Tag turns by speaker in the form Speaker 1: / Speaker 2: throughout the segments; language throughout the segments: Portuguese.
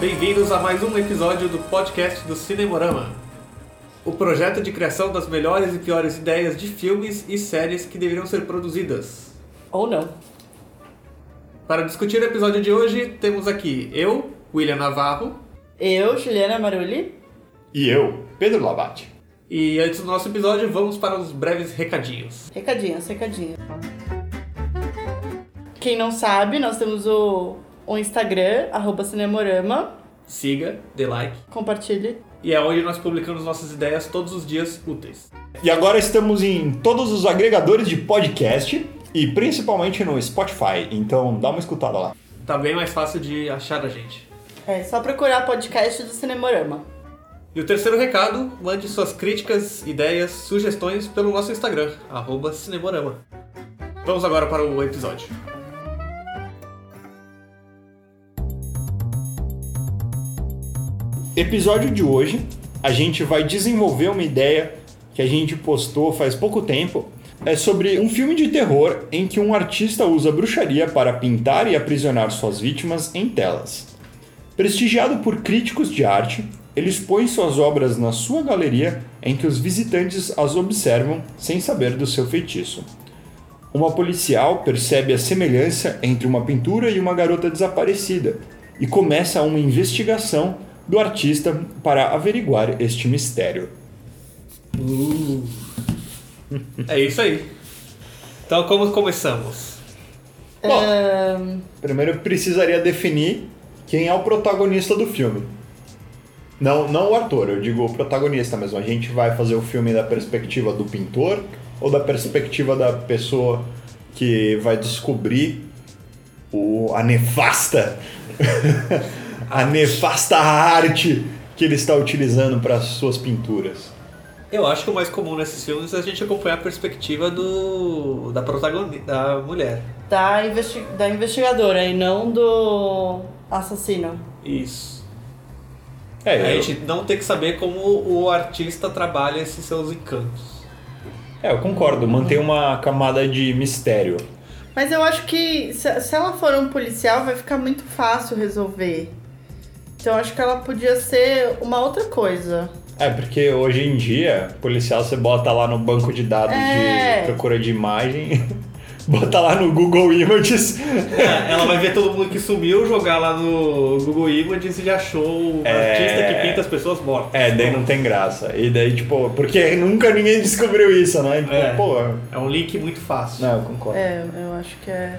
Speaker 1: Bem-vindos a mais um episódio do podcast do Cinemorama. O projeto de criação das melhores e piores ideias de filmes e séries que deveriam ser produzidas.
Speaker 2: Ou não.
Speaker 1: Para discutir o episódio de hoje, temos aqui eu, William Navarro,
Speaker 2: Eu, Juliana Marulli.
Speaker 3: E eu, Pedro Labate.
Speaker 1: e antes do nosso episódio, vamos para uns breves recadinhos.
Speaker 2: Recadinhos, recadinhos. Quem não sabe, nós temos o, o Instagram, arroba Cinemorama.
Speaker 1: Siga, dê like,
Speaker 2: Compartilhe.
Speaker 1: e é onde nós publicamos nossas ideias todos os dias úteis.
Speaker 3: E agora estamos em todos os agregadores de podcast e principalmente no Spotify, então dá uma escutada lá.
Speaker 1: Tá bem mais fácil de achar a gente.
Speaker 2: É só procurar podcast do Cinemorama.
Speaker 1: E o terceiro recado, mande suas críticas, ideias, sugestões pelo nosso Instagram, arroba Cinemorama. Vamos agora para o episódio.
Speaker 3: Episódio de hoje, a gente vai desenvolver uma ideia que a gente postou faz pouco tempo. É sobre um filme de terror em que um artista usa bruxaria para pintar e aprisionar suas vítimas em telas. Prestigiado por críticos de arte, ele expõe suas obras na sua galeria em que os visitantes as observam sem saber do seu feitiço. Uma policial percebe a semelhança entre uma pintura e uma garota desaparecida e começa uma investigação do artista para averiguar este mistério.
Speaker 1: É isso aí. Então, como começamos?
Speaker 3: Bom,
Speaker 2: Ahn,
Speaker 3: primeiro eu precisaria definir quem é o protagonista do filme. Não, não o ator, eu digo o protagonista mesmo. A gente vai fazer o filme da perspectiva do pintor ou da perspectiva da pessoa que vai descobrir o, a nefasta a nefasta arte que ele está utilizando para as suas pinturas.
Speaker 1: Eu acho que o mais comum nesses filmes é a gente acompanhar a perspectiva do da protagonista, da mulher.
Speaker 2: da, investi da investigadora e não do assassino.
Speaker 1: Isso.
Speaker 3: É,
Speaker 1: a
Speaker 3: eu-
Speaker 1: gente não tem que saber como o artista trabalha esses seus encantos.
Speaker 3: é, eu concordo, mantém uma camada de mistério.
Speaker 2: Mas eu acho que se, se ela for um policial, vai ficar muito fácil resolver. Então eu acho que ela podia ser uma outra coisa.
Speaker 3: É, porque hoje em dia, policial você bota lá no banco de dados
Speaker 2: É.
Speaker 3: de procura de imagem, bota lá no Google Images.
Speaker 1: É, Ela vai ver todo mundo que sumiu, jogar lá no Google Images e já achou o artista que pinta as pessoas mortas.
Speaker 3: É, daí não tem graça. E daí, tipo, porque nunca ninguém descobriu isso, né? Então,
Speaker 1: É.
Speaker 3: pô.
Speaker 1: É um link muito fácil.
Speaker 3: Não, eu concordo.
Speaker 2: É, eu acho que é.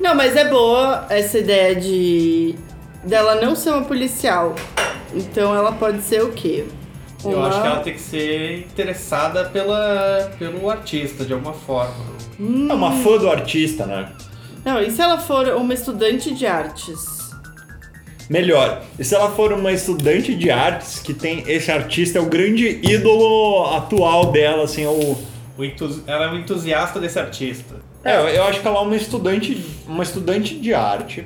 Speaker 2: Não, mas é boa essa ideia de dela não ser uma policial. Então ela pode ser o quê?
Speaker 1: Eu
Speaker 2: Uma-
Speaker 1: acho que ela tem que ser interessada pela, pelo artista, de alguma forma.
Speaker 3: É uma fã do artista, né?
Speaker 2: Não, e se ela for uma estudante de artes?
Speaker 3: Melhor, e se ela for uma estudante de artes, que tem esse artista, é o grande ídolo atual dela, assim, é o.
Speaker 1: O entusi- Ela é um entusiasta desse artista.
Speaker 3: É, eu- eu acho que ela é uma estudante, uma estudante de arte.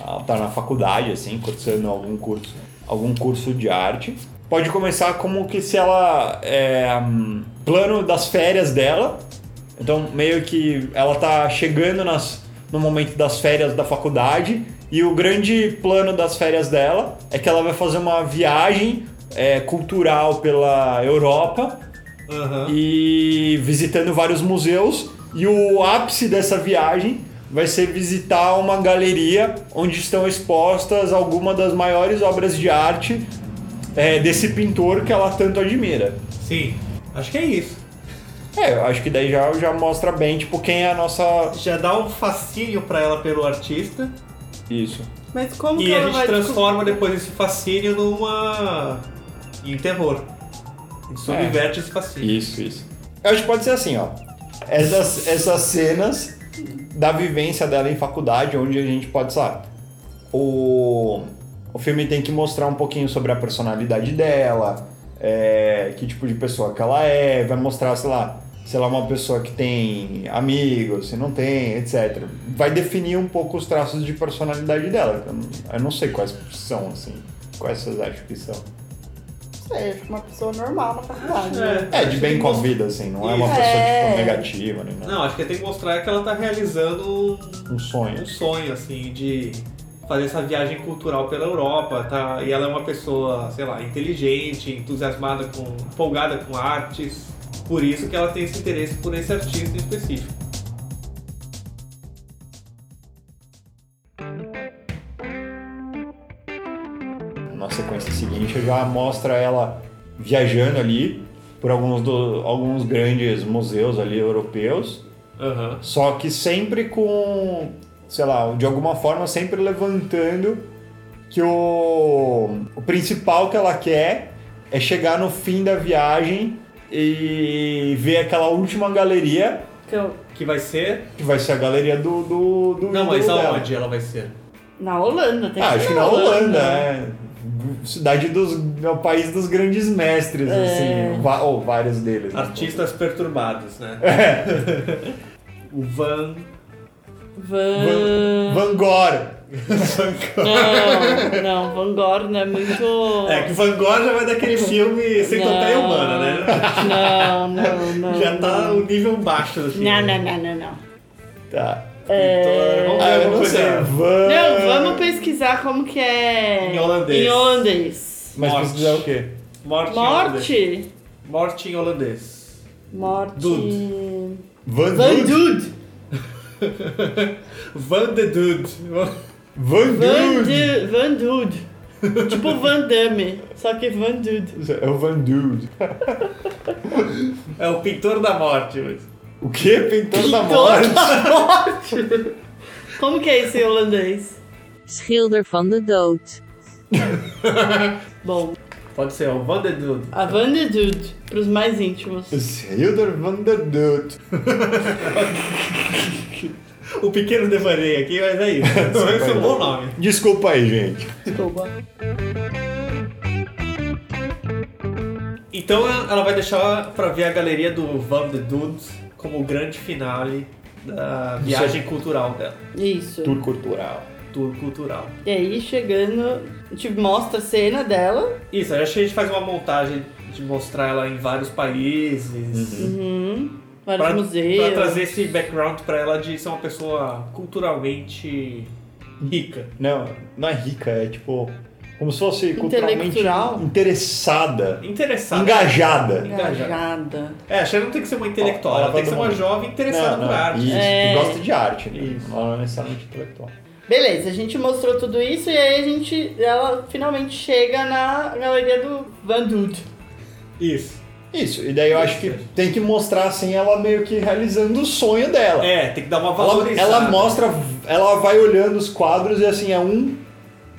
Speaker 3: Ela tá na faculdade, assim, cursando algum curso, algum curso de arte. Pode começar como que se ela é hum, plano das férias dela. Então meio que ela tá chegando nas, no momento das férias da faculdade e o grande plano das férias dela é que ela vai fazer uma viagem é, cultural pela Europa
Speaker 1: Aham.
Speaker 3: e visitando vários museus. E o ápice dessa viagem vai ser visitar uma galeria onde estão expostas algumas das maiores obras de arte é, desse pintor que ela tanto admira.
Speaker 1: Sim, acho que é isso.
Speaker 3: É, eu acho que daí já, já mostra bem, tipo, quem é a nossa.
Speaker 1: Já dá um fascínio pra ela pelo artista
Speaker 3: Isso.
Speaker 2: Mas como que
Speaker 1: e
Speaker 2: ela
Speaker 1: a gente
Speaker 2: vai
Speaker 1: transforma depois esse fascínio numa. em terror. A gente
Speaker 2: É.
Speaker 1: subverte esse fascínio.
Speaker 3: Isso, isso. Eu acho que pode ser assim, ó. Essas, essas cenas da vivência dela em faculdade, onde a gente pode, sabe? O, o filme tem que mostrar um pouquinho sobre a personalidade dela, é, que tipo de pessoa que ela é, vai mostrar, sei lá, se ela é uma pessoa que tem amigos, se não tem, etc. Vai definir um pouco os traços de personalidade dela. Eu não- Eu não sei quais são, assim. Quais vocês acham que são?
Speaker 2: Sei, acho que uma pessoa normal na faculdade. né?
Speaker 3: É, de bem com a vida, assim, não é uma
Speaker 2: Isso.
Speaker 3: pessoa
Speaker 2: É.
Speaker 3: tipo, negativa, nem nada.
Speaker 1: Não, acho que tem que mostrar que ela tá realizando um,
Speaker 3: Um sonho.
Speaker 1: um sonho, assim, de fazer essa viagem cultural pela Europa, tá? E ela é uma pessoa, sei lá, inteligente, entusiasmada com, empolgada com artes. Por isso que ela tem esse interesse por esse artista em específico.
Speaker 3: Na sequência seguinte já mostra ela viajando ali por alguns, do- alguns grandes museus ali europeus.
Speaker 1: Aham.
Speaker 3: Só que sempre com, sei lá, de alguma forma sempre levantando que o, o principal que ela quer é chegar no fim da viagem e ver aquela última galeria,
Speaker 2: Então,
Speaker 1: Que vai ser.
Speaker 3: que vai ser a galeria do. do, do
Speaker 1: Não,
Speaker 3: ídolo
Speaker 1: mas
Speaker 3: dela.
Speaker 1: aonde ela vai ser?
Speaker 2: na Holanda, tem
Speaker 3: Ah, acho que
Speaker 2: ser
Speaker 3: na Holanda, é. Cidade dos. É o país dos grandes mestres,
Speaker 2: É.
Speaker 3: assim. va- Ou vários deles. né?
Speaker 1: Artistas perturbados, né? É. o Van.
Speaker 2: Van...
Speaker 3: Van Gogh.
Speaker 2: Não, não, Van Gogh não é muito...
Speaker 1: É que Van Gogh já vai daquele filme sem
Speaker 2: Não.
Speaker 1: tocar humana, né?
Speaker 2: Não, não, não.
Speaker 1: Já tá
Speaker 2: não.
Speaker 1: um nível baixo né? do filme.
Speaker 2: Não, não, não, não, não.
Speaker 3: Tá.
Speaker 1: Então, vamos
Speaker 3: Ah,
Speaker 1: ver
Speaker 3: eu
Speaker 1: alguma
Speaker 3: não sei.
Speaker 1: coisa.
Speaker 3: Van...
Speaker 2: Não, vamos pesquisar como que é...
Speaker 1: Em holandês.
Speaker 2: Em holandês.
Speaker 3: Mas
Speaker 1: Morte.
Speaker 3: pesquisar o quê?
Speaker 1: Morte. em holandês.
Speaker 2: Morte?
Speaker 1: Morte em holandês.
Speaker 2: Morte...
Speaker 1: Dude.
Speaker 3: Van,
Speaker 2: Van
Speaker 3: Dude.
Speaker 2: Dude.
Speaker 1: Van de Dude.
Speaker 3: Van
Speaker 2: Van
Speaker 3: Dude.
Speaker 2: Du- Van Dude. Tipo Van Damme, só que Van Dude.
Speaker 3: É o Van Dude.
Speaker 1: É o pintor da morte. mas-
Speaker 3: O quê? Pintor da
Speaker 2: Pintor
Speaker 3: morte?
Speaker 2: Como que é isso em holandês?
Speaker 4: Schilder van de dood.
Speaker 2: Bom,
Speaker 1: Pode ser, é o Van de Dude.
Speaker 2: a Van de Dude, pros mais íntimos.
Speaker 3: Hilder Van der Dude.
Speaker 1: O pequeno devaneio aqui, mas é isso. Esse é um bom nome.
Speaker 3: Desculpa aí, gente.
Speaker 2: Desculpa.
Speaker 1: Então ela vai deixar pra ver a galeria do Van de Dude como o grande finale da viagem cultural dela.
Speaker 2: Isso.
Speaker 3: Tour cultural.
Speaker 1: Tour cultural.
Speaker 2: E aí, chegando, a gente mostra a cena dela.
Speaker 1: Isso, aí acho que a gente faz uma montagem de mostrar ela em vários países.
Speaker 2: Uhum. Vários
Speaker 1: Pra,
Speaker 2: museus.
Speaker 1: pra trazer esse background pra ela de ser uma pessoa culturalmente rica.
Speaker 3: Não, não é rica, é tipo. Como se fosse culturalmente
Speaker 2: Intelectual.
Speaker 3: interessada.
Speaker 1: Interessada.
Speaker 3: Engajada.
Speaker 2: Engajada.
Speaker 1: É, acho que ela não tem que ser uma intelectual,
Speaker 3: Ó,
Speaker 1: ela tem
Speaker 3: vai
Speaker 1: que ser
Speaker 3: todo
Speaker 1: uma
Speaker 3: mundo.
Speaker 1: jovem interessada
Speaker 3: Não, não,
Speaker 1: por arte.
Speaker 3: Isso,
Speaker 2: É.
Speaker 3: que gosta de arte, né?
Speaker 1: Isso.
Speaker 3: Não é necessariamente intelectual.
Speaker 2: Beleza, a gente mostrou tudo isso e aí a gente. Ela finalmente chega na galeria do Van Dude.
Speaker 1: Isso.
Speaker 3: Isso, e daí eu acho que tem que mostrar assim ela meio que realizando o sonho dela.
Speaker 1: É, tem que dar uma
Speaker 3: Ela,
Speaker 1: valorizada.
Speaker 3: ela mostra, ela vai olhando os quadros e assim, é um,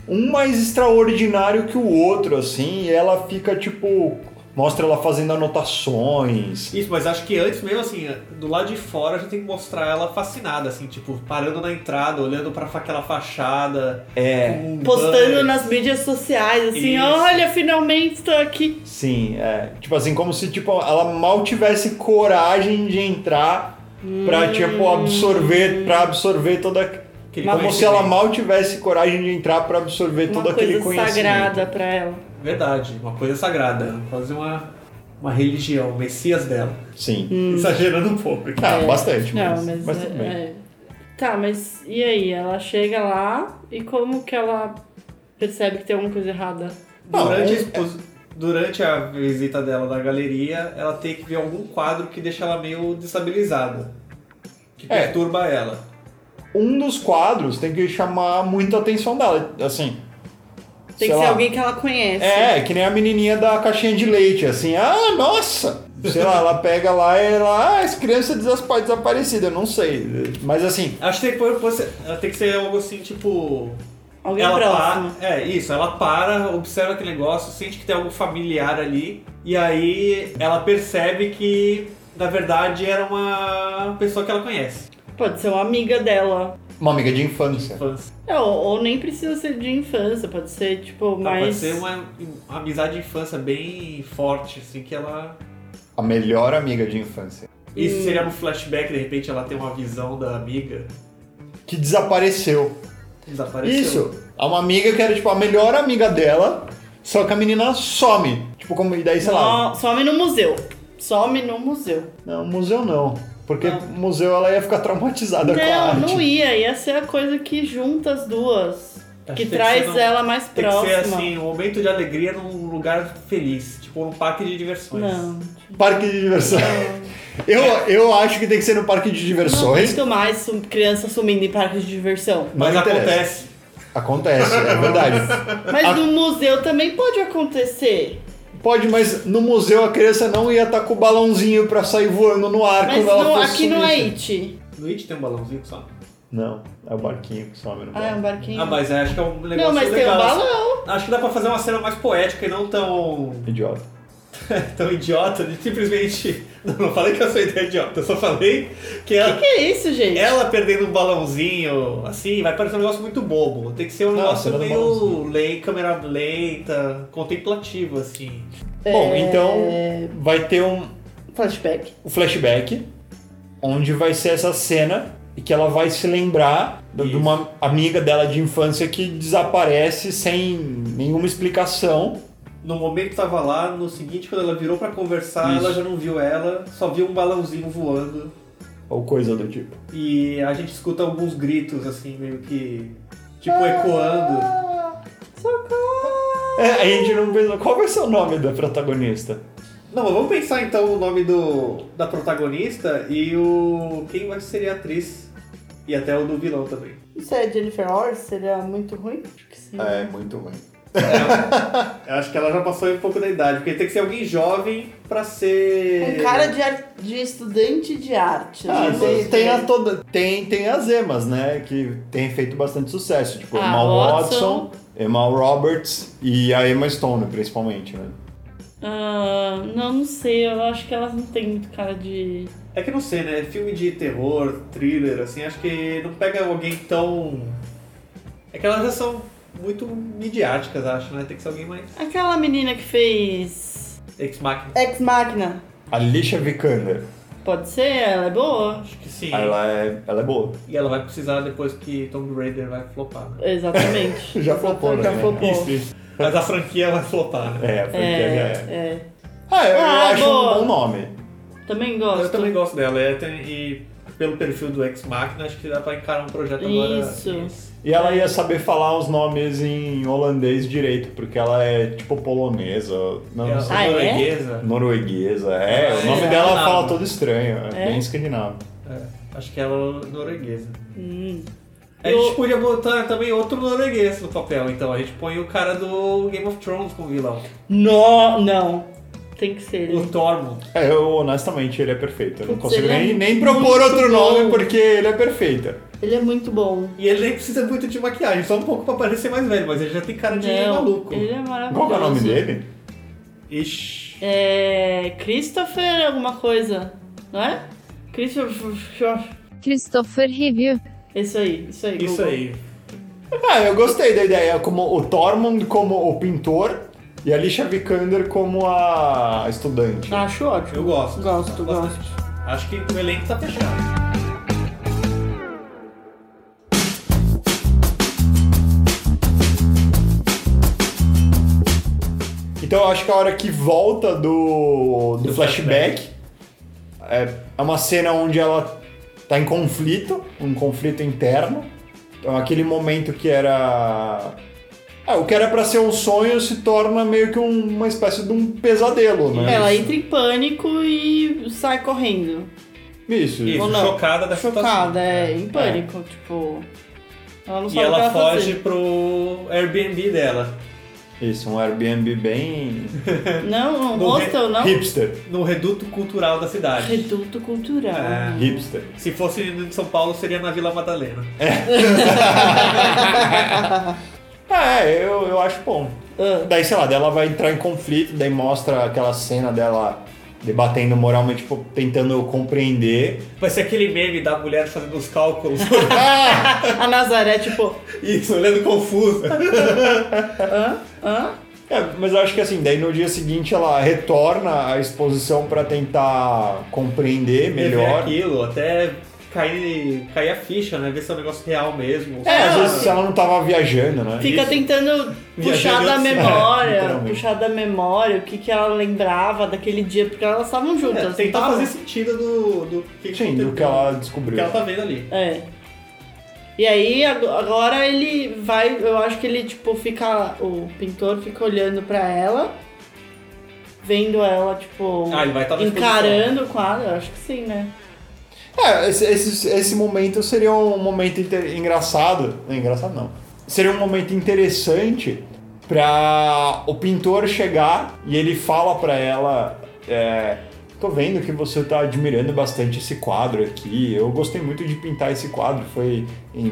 Speaker 3: um mais extraordinário que o outro, assim, e ela fica tipo. Mostra ela fazendo anotações.
Speaker 1: Isso, mas acho que antes mesmo, assim, do lado de fora a gente tem que mostrar ela fascinada, assim, tipo, parando na entrada, olhando pra fa- aquela fachada. É.
Speaker 2: Postando nas mídias sociais, assim,
Speaker 1: Isso.
Speaker 2: olha, finalmente estou aqui.
Speaker 3: Sim, é. Tipo assim, como se tipo, ela mal tivesse coragem de entrar pra, tipo,
Speaker 1: Hum.
Speaker 3: absorver, pra absorver toda.
Speaker 1: Aquele
Speaker 3: como se ela
Speaker 1: conhecimento.
Speaker 3: mal tivesse coragem de entrar pra absorver todo
Speaker 2: Uma
Speaker 3: aquele
Speaker 2: coisa
Speaker 3: conhecimento.
Speaker 2: sagrada pra ela.
Speaker 1: Verdade, uma coisa sagrada. Fazer uma, uma religião, o messias dela.
Speaker 3: Sim.
Speaker 1: Exagerando um pouco. aqui.
Speaker 3: Ah, bastante,
Speaker 2: Hum. É. Não,
Speaker 3: mas,
Speaker 2: mas.
Speaker 3: mas
Speaker 2: é-
Speaker 3: tudo bem.
Speaker 2: é. Tá, mas e aí? Ela chega lá e como que ela percebe que tem alguma coisa errada?
Speaker 3: Não,
Speaker 1: Durante, a
Speaker 3: é-
Speaker 1: expos- durante a visita dela na galeria, ela tem que ver algum quadro que deixa ela meio destabilizada. Que
Speaker 3: É.
Speaker 1: perturba ela.
Speaker 3: um dos quadros tem que chamar muito a atenção dela. Assim.
Speaker 2: Tem
Speaker 3: sei
Speaker 2: que ser
Speaker 3: lá.
Speaker 2: alguém que ela conhece.
Speaker 3: É, que nem a menininha da caixinha de leite, assim. Ah, nossa! Sei lá, ela pega lá e ela. Ah, as crianças desapa- desaparecidas, não sei. Mas assim.
Speaker 1: Acho que tem que, pôr- pôr- ela tem que ser algo assim, tipo.
Speaker 2: Alguém
Speaker 1: ela
Speaker 3: tá
Speaker 2: próximo.
Speaker 1: para, é isso, ela para, observa aquele negócio, sente que tem algo familiar ali, e aí ela percebe que, na verdade, era uma pessoa que ela conhece.
Speaker 2: Pode ser uma amiga dela.
Speaker 3: Uma amiga de infância.
Speaker 1: Infância.
Speaker 2: É, ou, ou nem precisa ser de infância, pode ser,
Speaker 3: Tá,
Speaker 2: tipo,
Speaker 1: Então,
Speaker 2: mais.
Speaker 1: Pode ser uma, uma amizade de infância bem forte, assim, que ela
Speaker 3: A melhor amiga de infância.
Speaker 2: Hum.
Speaker 1: Isso seria um flashback, de repente ela tem uma visão da amiga.
Speaker 3: Que desapareceu.
Speaker 1: Desapareceu.
Speaker 3: Isso. Há uma amiga que era, tipo, a melhor amiga dela. Só que a menina some. Tipo, como. E daí, sei lá.
Speaker 2: Ó, Some no museu. Some no museu.
Speaker 3: Não, museu não. Porque
Speaker 2: Não.
Speaker 3: museu ela ia ficar traumatizada com
Speaker 2: Não,
Speaker 3: a
Speaker 2: é
Speaker 3: arte.
Speaker 2: não ia. Ia ser a coisa que junta as duas. Que traz ela mais
Speaker 1: Tem que ser
Speaker 2: próxima.
Speaker 1: assim, um momento de alegria num lugar feliz, tipo num parque de diversões.
Speaker 2: Não.
Speaker 3: Parque de diversões. Eu, eu acho que tem que ser no parque de diversões.
Speaker 2: Muito mais sum- criança sumindo em parques de diversão.
Speaker 1: Mas
Speaker 3: Não interessa.
Speaker 1: acontece.
Speaker 3: Acontece, é verdade.
Speaker 2: Mas no museu também pode acontecer.
Speaker 3: Pode, mas no museu a criança não ia estar com o balãozinho pra sair voando no ar
Speaker 2: Mas
Speaker 3: quando Ah, ela
Speaker 2: não-
Speaker 3: fosse
Speaker 2: aqui não é
Speaker 3: subir.
Speaker 2: It.
Speaker 1: No It tem um balãozinho que sobe.
Speaker 3: Não, é o barquinho que some no
Speaker 2: Ah, é um
Speaker 3: balão.
Speaker 2: barquinho.
Speaker 1: Ah, mas é, acho que é um negócio
Speaker 2: não, mas tem um
Speaker 1: legal.
Speaker 2: balão.
Speaker 1: Acho que dá pra fazer uma cena mais poética e não
Speaker 2: é
Speaker 1: tão,
Speaker 2: um
Speaker 3: Idiota.
Speaker 1: tão idiota de simplesmente. Não, não falei que a sua ideia é idiota, eu só falei que
Speaker 2: O
Speaker 1: ela,
Speaker 2: que, que é isso, gente?
Speaker 1: ela perdendo um balãozinho, assim, vai parecer um negócio muito bobo. Tem que ser um
Speaker 3: Não,
Speaker 1: negócio
Speaker 3: cena do
Speaker 1: meio
Speaker 3: balãozinho.
Speaker 1: lei, câmera lenta, contemplativo, assim.
Speaker 2: É.
Speaker 3: Bom, então vai ter um,
Speaker 2: Flashback.
Speaker 3: o flashback, onde vai ser essa cena e que ela vai se lembrar do- de
Speaker 1: Isso.
Speaker 3: uma amiga dela de infância que desaparece sem nenhuma explicação.
Speaker 1: No momento que tava lá, no seguinte, quando ela virou pra conversar,
Speaker 3: Isso.
Speaker 1: ela já não viu ela, só viu um balãozinho voando.
Speaker 3: Ou coisa do tipo.
Speaker 1: E a gente escuta alguns gritos, assim, meio que. Tipo, ecoando.
Speaker 2: Ah, socorro.
Speaker 3: É, a gente não pensa. Qual vai ser o nome da protagonista?
Speaker 1: Não, mas vamos pensar então o nome do, da protagonista e o. quem vai ser a atriz. E até o do vilão também.
Speaker 2: Isso é Jennifer Lawrence? Seria muito ruim? Acho que sim.
Speaker 3: muito ruim.
Speaker 1: Eu acho que ela já passou um pouco da idade, porque tem que ser alguém jovem pra ser.
Speaker 2: Um cara de, ar- de estudante de arte.
Speaker 3: Ah,
Speaker 2: né?
Speaker 3: tem, tem a toda, tem, tem as emas, né? Que tem feito bastante sucesso. Tipo,
Speaker 2: A
Speaker 3: Emma
Speaker 2: Ah, Watson.
Speaker 3: Watson, Emma Roberts e a Emma Stone, principalmente, né?
Speaker 2: Ah, não, não sei. Eu acho que elas não têm muito cara de.
Speaker 1: É que eu não sei, né? Filme de terror, thriller, assim, acho que não pega alguém tão. É que elas já são muito midiáticas, acho, né? Tem que ser alguém mais.
Speaker 2: Aquela menina que fez.
Speaker 1: Ex Machina.
Speaker 2: Ex Machina.
Speaker 3: A Lisha Vikander.
Speaker 2: Pode ser, ela é boa.
Speaker 1: Acho que sim.
Speaker 3: Ela é, ela é boa.
Speaker 1: E ela vai precisar depois que Tomb Raider vai flopar, né?
Speaker 2: Exatamente.
Speaker 3: Já flopou, né?
Speaker 2: Já flopou.
Speaker 1: Mas a franquia vai flopar, né?
Speaker 3: É, porque é.
Speaker 2: É, é.
Speaker 3: Ah, eu, eu
Speaker 2: Ah,
Speaker 3: acho
Speaker 2: boa.
Speaker 3: um bom nome.
Speaker 2: Também
Speaker 1: Eu
Speaker 2: gosto.
Speaker 1: também gosto dela. é, tem- e pelo perfil do Ex Machina, acho que dá pra encarar um projeto agora. é
Speaker 2: Isso.
Speaker 3: E ela ia saber falar os nomes em holandês direito, porque ela é tipo polonesa, não, não
Speaker 1: Ela
Speaker 3: sei.
Speaker 2: Ah, é?
Speaker 1: norueguesa.
Speaker 3: Norueguesa, é,
Speaker 1: Ah,
Speaker 3: o nome
Speaker 1: é.
Speaker 3: dela fala
Speaker 1: Escandinavo.
Speaker 3: todo estranho, é,
Speaker 2: É?
Speaker 3: bem escandinavo.
Speaker 1: É, acho que ela é norueguesa.
Speaker 2: Hum.
Speaker 1: A gente
Speaker 2: Eu-
Speaker 1: podia botar também outro norueguês no papel, então. A gente põe o cara do Game of Thrones como vilão.
Speaker 2: No, não. Tem que ser.
Speaker 1: O Tormund.
Speaker 3: É, eu honestamente ele é perfeito, eu não
Speaker 2: Putz,
Speaker 3: consigo
Speaker 2: ele é
Speaker 3: nem, nem
Speaker 2: muito
Speaker 3: propor outro
Speaker 2: bom.
Speaker 3: nome porque ele é perfeito.
Speaker 2: Ele é muito bom.
Speaker 1: E ele nem precisa muito de maquiagem, só um pouco pra parecer mais velho, mas ele já tem cara de
Speaker 2: Não,
Speaker 1: maluco.
Speaker 2: Ele é maravilhoso.
Speaker 3: Qual que é o nome dele?
Speaker 1: Ixi.
Speaker 2: É. Christopher alguma coisa, não é? Christopher.
Speaker 4: Christopher Review.
Speaker 2: Isso aí, isso aí.
Speaker 1: Isso
Speaker 2: Google.
Speaker 1: aí.
Speaker 3: Ah, eu gostei da ideia, como o Tormund como o pintor e a Lisha Vikander como a estudante.
Speaker 2: Acho ótimo.
Speaker 1: Eu gosto.
Speaker 2: Gosto,
Speaker 1: Bastante. Acho que o elenco tá fechado.
Speaker 3: Então eu acho que a hora que volta do, do
Speaker 1: Do
Speaker 3: flashback é, é uma cena onde ela tá em conflito, um conflito interno. Então aquele momento que era. Ah, o que era pra ser um sonho se torna meio que um- uma espécie de um pesadelo, né?
Speaker 2: Ela entra em pânico e sai correndo.
Speaker 3: Isso.
Speaker 1: Isso,
Speaker 2: Ou não.
Speaker 1: chocada da
Speaker 2: Chocada,
Speaker 1: situação.
Speaker 2: é, em pânico, tipo. Ela não
Speaker 1: E
Speaker 2: sabe o que
Speaker 1: ela
Speaker 2: ela tá
Speaker 1: foge
Speaker 2: fazer.
Speaker 1: pro Airbnb dela.
Speaker 3: Isso, um Airbnb bem
Speaker 2: Não, um
Speaker 1: No
Speaker 2: hostel, não?
Speaker 3: hipster.
Speaker 1: No reduto cultural da cidade.
Speaker 2: Reduto cultural.
Speaker 1: É.
Speaker 3: Hipster.
Speaker 1: Se fosse em São Paulo, seria na Vila Madalena.
Speaker 3: Ah, é, eu, eu acho bom.
Speaker 2: Ah,
Speaker 3: Daí, sei lá, daí ela vai entrar em conflito, daí mostra aquela cena dela debatendo moralmente, tipo, tentando compreender.
Speaker 1: Vai ser aquele meme da mulher fazendo os cálculos.
Speaker 2: A Nazaré, tipo.
Speaker 1: Isso, olhando confusa.
Speaker 2: Hã? Hã?
Speaker 3: É, mas eu acho que assim, daí no dia seguinte ela retorna à exposição pra tentar compreender
Speaker 1: Rever
Speaker 3: melhor.
Speaker 1: aquilo, até cair, cair a ficha, né? Ver se é um negócio real mesmo.
Speaker 3: É, às
Speaker 2: Ah,
Speaker 3: vezes se ela não tava viajando, né?
Speaker 2: Fica
Speaker 1: É Isso.
Speaker 2: tentando puxar
Speaker 1: Viajando
Speaker 2: da
Speaker 1: assim,
Speaker 3: é,
Speaker 2: memória,
Speaker 3: literalmente.
Speaker 2: puxar da memória o que, que ela lembrava daquele dia, porque elas estavam juntas.
Speaker 1: É,
Speaker 2: não
Speaker 1: tentar
Speaker 2: estavam?
Speaker 1: fazer sentido do, do que
Speaker 3: Sim, do que ela descobriu.
Speaker 1: que ela tá vendo ali.
Speaker 2: É. E aí ag- agora ele vai, eu acho que ele tipo fica, o pintor fica olhando pra ela, vendo ela tipo
Speaker 1: Ah, ele vai estar na exposição.
Speaker 2: encarando o quadro, eu acho que sim, né?
Speaker 3: É, esse, esse, esse momento seria um momento inter- engraçado. Não, engraçado não. Seria um momento interessante pra o pintor chegar e ele fala pra ela. é, Tô vendo que você tá admirando bastante esse quadro aqui. Eu gostei muito de pintar esse quadro. Foi em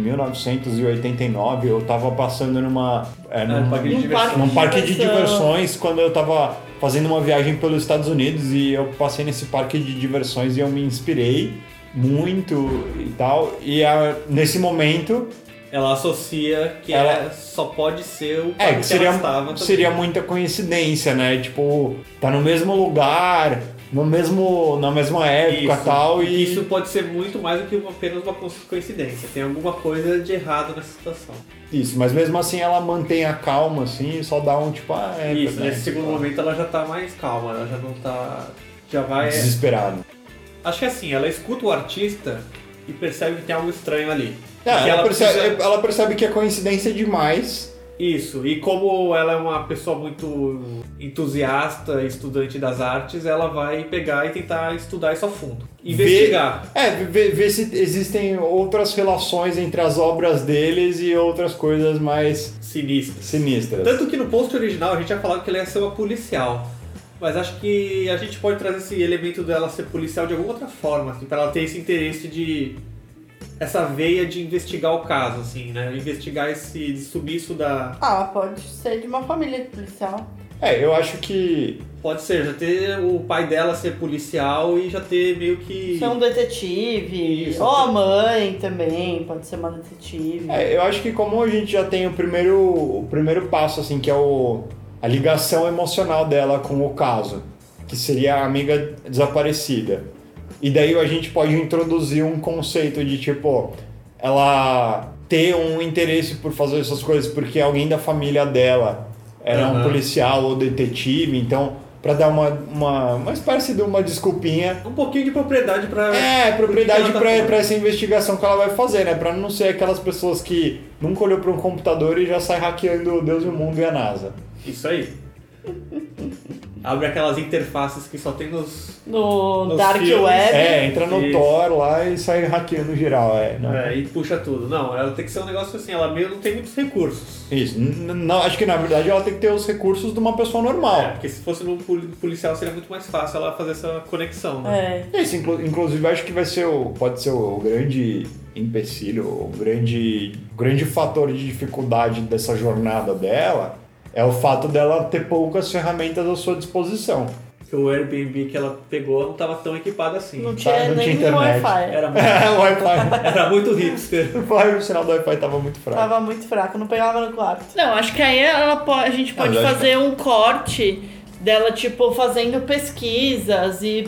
Speaker 3: 1989. Eu tava passando numa. é,
Speaker 1: no parque um de
Speaker 2: Num
Speaker 1: diversão.
Speaker 2: parque
Speaker 3: num parque de
Speaker 2: diversão.
Speaker 3: diversões quando eu tava fazendo uma viagem pelos Estados Unidos e eu passei nesse parque de diversões e eu me inspirei muito e tal. E ah, nesse momento,
Speaker 1: Ela associa que
Speaker 3: Ela-
Speaker 1: ela... só pode ser o
Speaker 3: é,
Speaker 1: parque
Speaker 3: que seria,
Speaker 1: ela estava. tá também.
Speaker 3: seria muita coincidência, né? Tipo, tá no mesmo lugar, no mesmo, na mesma época
Speaker 1: Isso.
Speaker 3: tal, e
Speaker 1: Isso pode ser muito mais do que uma- apenas uma coincidência. Tem alguma coisa de errado nessa situação.
Speaker 3: isso. Mas mesmo assim ela mantém a calma, assim, e só dá um tipo, ah, é,
Speaker 1: Isso,
Speaker 3: né?
Speaker 1: nesse segundo momento ela já tá mais calma, ela já não tá. Já vai.
Speaker 3: ah, Desesperado.
Speaker 1: Acho que assim, ela escuta o artista e percebe que tem algo estranho ali.
Speaker 3: É,
Speaker 1: Que
Speaker 3: ela, percebe,
Speaker 1: precisa-
Speaker 3: ela percebe que a coincidência é demais.
Speaker 1: Isso, e como ela é uma pessoa muito entusiasta, estudante das artes, ela vai pegar e tentar estudar isso a fundo. Investigar.
Speaker 3: É, ver, ver se existem outras relações entre as obras deles e outras coisas mais
Speaker 1: Sinistro.
Speaker 3: sinistras.
Speaker 1: Tanto que no post original a gente já falava que ela ia ser uma policial. Mas acho que a gente pode trazer esse elemento dela ser policial de alguma outra forma, assim, pra ela ter esse interesse de. essa veia de investigar o caso, assim, né? Investigar esse. de subir isso da.
Speaker 2: Ah, pode ser de uma família policial.
Speaker 3: É, eu acho que.
Speaker 1: Pode ser, já ter o pai dela ser policial e já ter meio que.
Speaker 2: Ser um detetive,
Speaker 1: Isso.
Speaker 2: ou a mãe também, pode ser uma detetive.
Speaker 3: é, eu acho que como a gente já tem o primeiro, o primeiro passo, assim, que é o, a ligação emocional dela com o caso, que seria a amiga desaparecida. E daí a gente pode introduzir um conceito de tipo, ela ter um interesse por fazer essas coisas porque alguém da família dela era um
Speaker 1: Aham.
Speaker 3: policial ou detetive, então para dar uma, uma, uma espécie de uma desculpinha
Speaker 1: um pouquinho de propriedade pra.
Speaker 3: é, propriedade
Speaker 1: Por que que ela tá
Speaker 3: pra
Speaker 1: fora?
Speaker 3: pra essa investigação que ela vai fazer, né? Pra não ser aquelas pessoas que nunca olhou pra um computador e já sai hackeando Deus e o mundo e a NASA.
Speaker 1: Isso aí. Abre aquelas interfaces que só tem nos.
Speaker 2: No,
Speaker 1: Nos
Speaker 2: Dark
Speaker 1: filmes.
Speaker 2: Web.
Speaker 3: É, entra no
Speaker 1: Isso.
Speaker 3: Tor lá e sai hackeando geral, é. Não.
Speaker 1: né, e puxa tudo. Não, ela tem que ser um negócio assim, ela meio não tem muitos recursos.
Speaker 3: Isso. N- n- Não, acho que na verdade ela tem que ter os recursos de uma pessoa
Speaker 1: É,
Speaker 3: normal.
Speaker 1: porque se fosse no policial seria muito mais fácil ela fazer essa conexão, né?
Speaker 2: É.
Speaker 3: Isso, inclu- inclusive acho que vai ser o. pode ser o grande empecilho, o grande, o grande fator de dificuldade dessa jornada dela é o fato dela ter poucas ferramentas à sua disposição.
Speaker 1: Porque o Airbnb que ela pegou não tava tão equipado assim.
Speaker 2: Não tinha
Speaker 3: não tinha
Speaker 2: nem
Speaker 3: internet.
Speaker 2: Wi-Fi.
Speaker 1: Era, muito-
Speaker 3: É, o Wi-Fi.
Speaker 1: era muito hipster.
Speaker 3: Wi-Fi, o sinal do Wi-Fi tava muito fraco.
Speaker 2: Tava muito fraco, não pegava no quarto. Não, acho que aí ela po- a gente pode
Speaker 3: Ah, lógico.
Speaker 2: fazer um corte dela, tipo, fazendo pesquisas e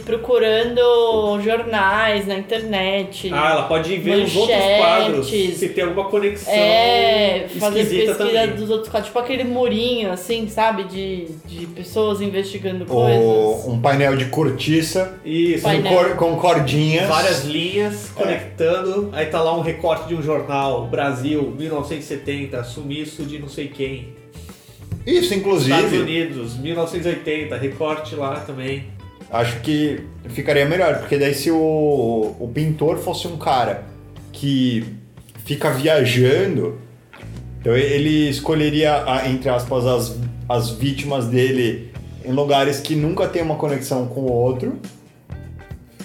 Speaker 2: procurando jornais na internet.
Speaker 1: Ah, ela pode ir ver os outros
Speaker 2: Manchetes.
Speaker 1: quadros se tem alguma conexão
Speaker 2: é, fazer
Speaker 1: esquisita
Speaker 2: pesquisa
Speaker 1: também.
Speaker 2: dos outros quadros. Tipo aquele murinho, assim, sabe? De, de pessoas investigando
Speaker 3: Ou
Speaker 2: coisas.
Speaker 3: um painel de cortiça
Speaker 1: Isso.
Speaker 2: Vai-
Speaker 3: com,
Speaker 2: Painel.
Speaker 3: cor- com cordinhas.
Speaker 1: Várias
Speaker 2: É.
Speaker 1: linhas conectando, aí tá lá um recorte de um jornal, Brasil, 1970, sumiço de não sei quem.
Speaker 3: Isso,
Speaker 1: Estados
Speaker 3: inclusive,
Speaker 1: Unidos, 1980, recorte lá também.
Speaker 3: acho que ficaria melhor, porque daí se o, o pintor fosse um cara que fica viajando, então ele escolheria, a- entre aspas, as, as vítimas dele em lugares que nunca tem uma conexão com o outro,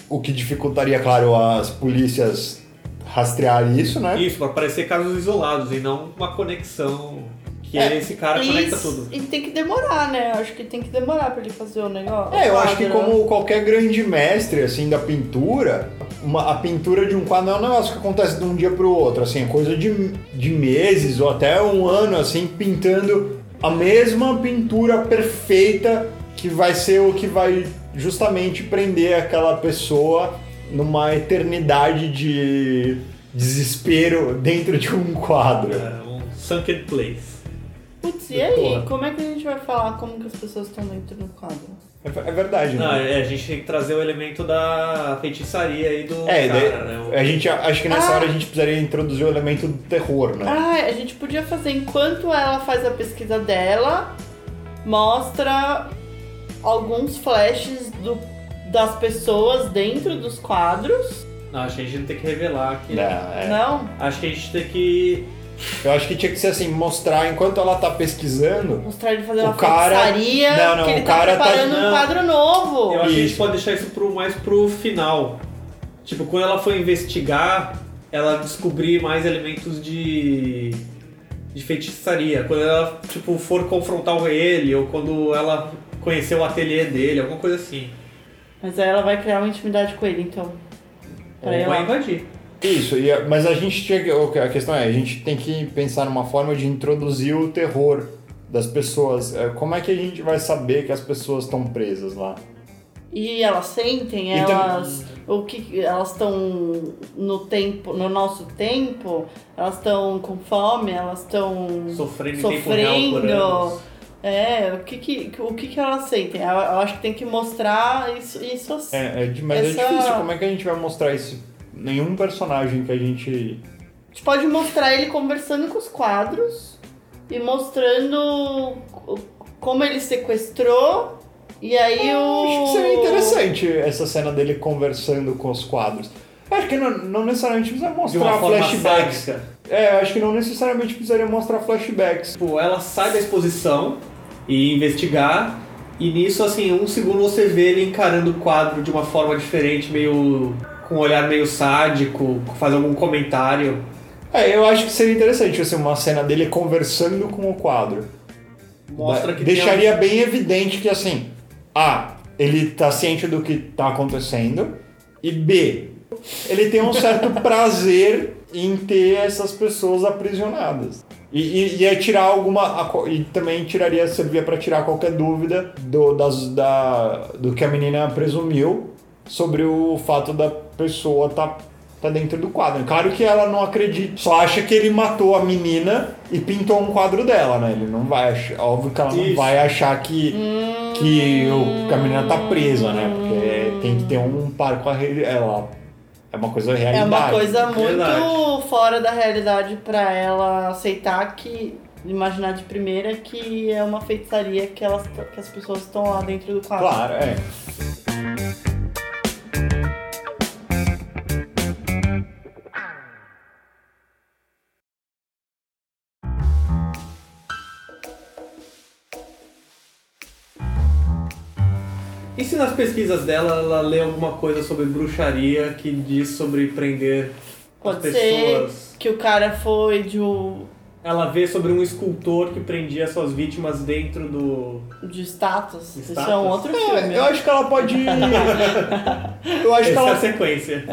Speaker 3: o que dificultaria, claro, as polícias rastrear isso, né?
Speaker 1: Isso, pra parecer casos isolados e não uma conexão que
Speaker 3: É,
Speaker 1: esse cara conecta
Speaker 2: Isso-
Speaker 1: tudo.
Speaker 2: E tem que demorar, né? Acho que tem que demorar pra ele fazer o negócio.
Speaker 3: É, eu
Speaker 2: o
Speaker 3: acho que
Speaker 2: quadro.
Speaker 1: né?
Speaker 3: como qualquer grande mestre, assim, da pintura, uma- a pintura de um quadro não é um negócio que acontece de um dia pro outro, assim, é coisa de, de meses ou até um ano, assim, pintando a mesma pintura perfeita que vai ser o que vai justamente prender aquela pessoa numa eternidade de desespero dentro de um quadro.
Speaker 1: É um sunken place.
Speaker 2: Putz, e aí?
Speaker 1: Porra.
Speaker 2: Como é que a gente vai falar como que as pessoas estão dentro do quadro?
Speaker 3: É, é verdade,
Speaker 1: Não,
Speaker 3: né?
Speaker 1: é, a gente tem que trazer o elemento da feitiçaria aí do
Speaker 3: É,
Speaker 1: cara,
Speaker 3: daí-
Speaker 1: né? O-
Speaker 3: a gente acho que nessa
Speaker 2: Ah.
Speaker 3: hora a gente precisaria introduzir o elemento do terror, né?
Speaker 2: Ah, a gente podia fazer enquanto ela faz a pesquisa dela, mostra alguns flashes do, das pessoas dentro dos quadros.
Speaker 1: Não, acho que a gente não tem que revelar que.
Speaker 3: Não, é.
Speaker 2: Não?
Speaker 1: Acho que a gente tem que.
Speaker 3: Eu acho que tinha que ser assim, mostrar enquanto ela tá pesquisando.
Speaker 2: Mostrar ele fazer
Speaker 3: O
Speaker 2: uma
Speaker 3: cara-
Speaker 2: feitiçaria,
Speaker 3: Não, não,
Speaker 2: que ele
Speaker 3: o
Speaker 2: tá
Speaker 3: cara tá-
Speaker 2: preparando
Speaker 1: Não.
Speaker 2: um quadro novo.
Speaker 1: Eu acho que a gente
Speaker 3: Isso.
Speaker 1: pode deixar isso pro, mais pro final. Tipo, quando ela for investigar, ela descobrir mais elementos de. de feitiçaria. Quando ela, tipo, for confrontar ele, ou quando ela conhecer o ateliê dele, alguma coisa assim.
Speaker 2: Mas aí ela vai criar uma intimidade com ele, então.
Speaker 1: Ou
Speaker 2: Pra ela.
Speaker 1: vai invadir.
Speaker 3: Isso, e a- mas a gente tinha que. o que- A questão é, a gente tem que pensar numa forma de introduzir o terror das pessoas. É, Como é que a gente vai saber que as pessoas estão presas lá?
Speaker 2: E elas sentem,
Speaker 3: E tam-
Speaker 2: elas. O que elas estão no tempo, no nosso tempo, elas estão com fome, elas estão.
Speaker 1: Sofrendo, em tempo
Speaker 2: Sofrendo.
Speaker 1: real por anos.
Speaker 2: É, o que que, o que que elas sentem? Eu, eu acho que tem que mostrar isso, isso assim.
Speaker 3: É, é de- mas é
Speaker 2: Essa-
Speaker 3: difícil, como é que a gente vai mostrar isso? Nenhum personagem que a gente.
Speaker 2: A gente pode mostrar ele conversando com os quadros e mostrando o- como ele sequestrou. E aí o.
Speaker 3: Ah, Acho que seria interessante essa cena dele conversando com os quadros. Acho que não, não necessariamente precisa
Speaker 1: De uma
Speaker 3: mostrar
Speaker 1: forma
Speaker 3: flashbacks.
Speaker 1: sádica.
Speaker 3: É, acho que não necessariamente precisaria mostrar flashbacks.
Speaker 1: Tipo, ela sai da exposição e investigar, e nisso, assim, um segundo você vê ele encarando o quadro de uma forma diferente, meio. com um olhar meio sádico, faz algum comentário.
Speaker 3: É, eu acho que seria interessante assim, uma cena dele conversando com o quadro.
Speaker 1: Mostra
Speaker 3: Da-
Speaker 1: que
Speaker 3: Deixaria bem evidente que assim, A, ele tá ciente do que tá acontecendo, e B, ele tem um certo prazer em ter essas pessoas aprisionadas. E, e, e é tirar alguma. a co- E também tiraria, servia pra tirar qualquer dúvida do, das, da, do que a menina presumiu sobre o fato da pessoa tá, tá dentro do quadro. Claro que ela não acredita, só acha que ele matou a menina e pintou um quadro dela, né? Ele não vai achar, óbvio que ela não
Speaker 1: Isso.
Speaker 3: vai achar que, que, o, que a menina tá presa, né? Porque tem que ter um par com a re- ela. É uma coisa realidade.
Speaker 2: É uma coisa muito
Speaker 1: Verdade.
Speaker 2: fora da realidade pra ela aceitar que. Imaginar de primeira que é uma feitiçaria que, elas, que as pessoas estão lá dentro do quadro.
Speaker 3: Claro, é.
Speaker 1: E se nas pesquisas dela ela lê alguma coisa sobre bruxaria que diz sobre prender
Speaker 2: Pode
Speaker 1: as
Speaker 2: ser
Speaker 1: pessoas?
Speaker 2: que o cara foi de, um-
Speaker 1: Ela vê sobre um escultor que prendia suas vítimas dentro do.
Speaker 2: de status. Isso é
Speaker 1: Status?
Speaker 2: um outro filme.
Speaker 3: É, Eu acho que ela pode. eu acho que
Speaker 1: Essa é a
Speaker 3: ela
Speaker 1: sequência.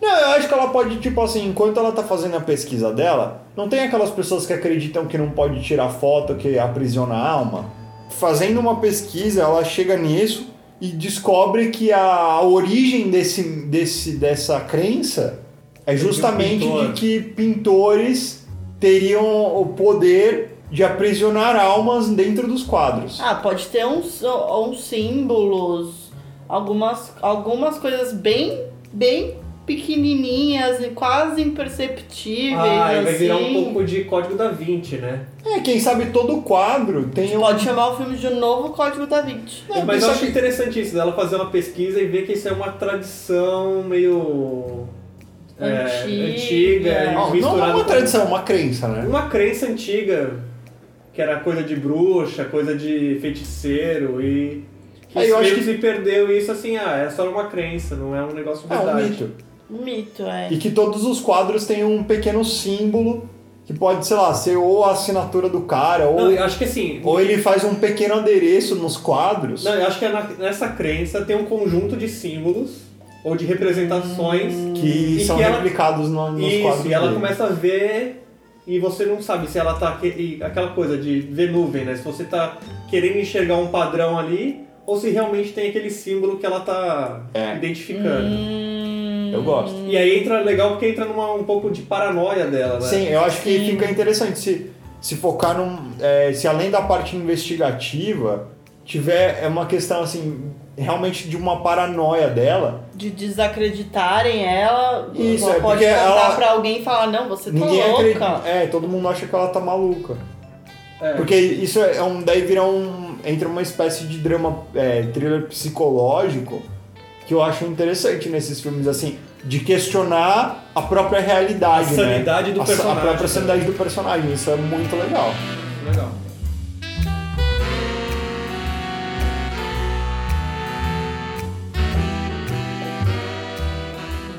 Speaker 3: Não, eu acho que ela pode, tipo assim, enquanto ela tá fazendo a pesquisa dela, não tem aquelas pessoas que acreditam que não pode tirar foto, que aprisiona a alma. Fazendo uma pesquisa, ela chega nisso e descobre que a origem desse, desse, dessa crença é justamente
Speaker 1: pintor.
Speaker 3: de que pintores teriam o poder de aprisionar almas dentro dos quadros.
Speaker 2: Ah, pode ter uns, uns símbolos, algumas, algumas coisas bem, bem pequenininhas e quase imperceptíveis.
Speaker 1: Ah, e
Speaker 2: assim.
Speaker 1: vai virar um pouco de código da 20, né?
Speaker 3: É, quem sabe todo quadro tem um.
Speaker 2: Pode chamar o filme de um novo Código da Vinci.
Speaker 3: Não,
Speaker 1: Mas eu
Speaker 3: só
Speaker 1: acho
Speaker 3: que-
Speaker 1: interessante isso, dela fazer uma pesquisa e ver que isso é uma tradição meio é, antiga,
Speaker 2: Antiga.
Speaker 1: e
Speaker 3: Não, não é
Speaker 1: misturada
Speaker 3: uma
Speaker 1: um com-
Speaker 3: tradição, é uma crença, né?
Speaker 1: Uma crença antiga, que era coisa de bruxa, coisa de feiticeiro e. Que
Speaker 3: É, eu
Speaker 1: eu
Speaker 3: acho
Speaker 1: acho
Speaker 3: que-
Speaker 1: se perdeu isso assim, ah, é só uma crença, não é um negócio de
Speaker 3: É um
Speaker 1: verdade.
Speaker 3: mito.
Speaker 2: Um mito, é.
Speaker 3: E que todos os quadros têm um pequeno símbolo que pode, sei lá, ser ou a assinatura do cara, ou,
Speaker 1: Não, eu acho que assim.
Speaker 3: ou ele faz um pequeno adereço nos quadros.
Speaker 1: Não, eu acho que é na- nessa crença tem um conjunto de símbolos ou de representações
Speaker 3: Que
Speaker 1: E
Speaker 3: são
Speaker 1: que ela-
Speaker 3: replicados no- nos quadros.
Speaker 1: Isso, e ela
Speaker 3: dele.
Speaker 1: começa a ver e você não sabe se ela tá. que- e aquela coisa de ver nuvem, né? Se você tá querendo enxergar um padrão ali ou se realmente tem aquele símbolo que ela tá
Speaker 3: É.
Speaker 1: identificando.
Speaker 2: Hum,
Speaker 3: Eu gosto.
Speaker 1: E aí entra legal porque entra numa um pouco de paranoia dela, né?
Speaker 3: Sim, eu acho que
Speaker 2: Sim.
Speaker 3: fica interessante se se focar num. é, se além da parte investigativa, tiver é uma questão assim, realmente de uma paranoia dela.
Speaker 2: De desacreditarem ela,
Speaker 3: Isso,
Speaker 2: ela
Speaker 3: é
Speaker 2: pode
Speaker 3: porque
Speaker 2: contar
Speaker 3: ela-
Speaker 2: pra alguém e falar, não, você tá
Speaker 3: Ninguém
Speaker 2: louca.
Speaker 3: acredita. É, todo mundo acha que ela tá maluca.
Speaker 1: É.
Speaker 3: Porque isso é um. Daí vira um. Entra uma espécie de drama é, thriller psicológico que eu acho interessante nesses filmes, assim, de questionar a própria realidade.
Speaker 1: A
Speaker 3: né?
Speaker 1: sanidade do
Speaker 3: a, sa-
Speaker 1: personagem,
Speaker 3: A própria
Speaker 1: né?
Speaker 3: sanidade do personagem. Isso é muito legal.
Speaker 1: Legal.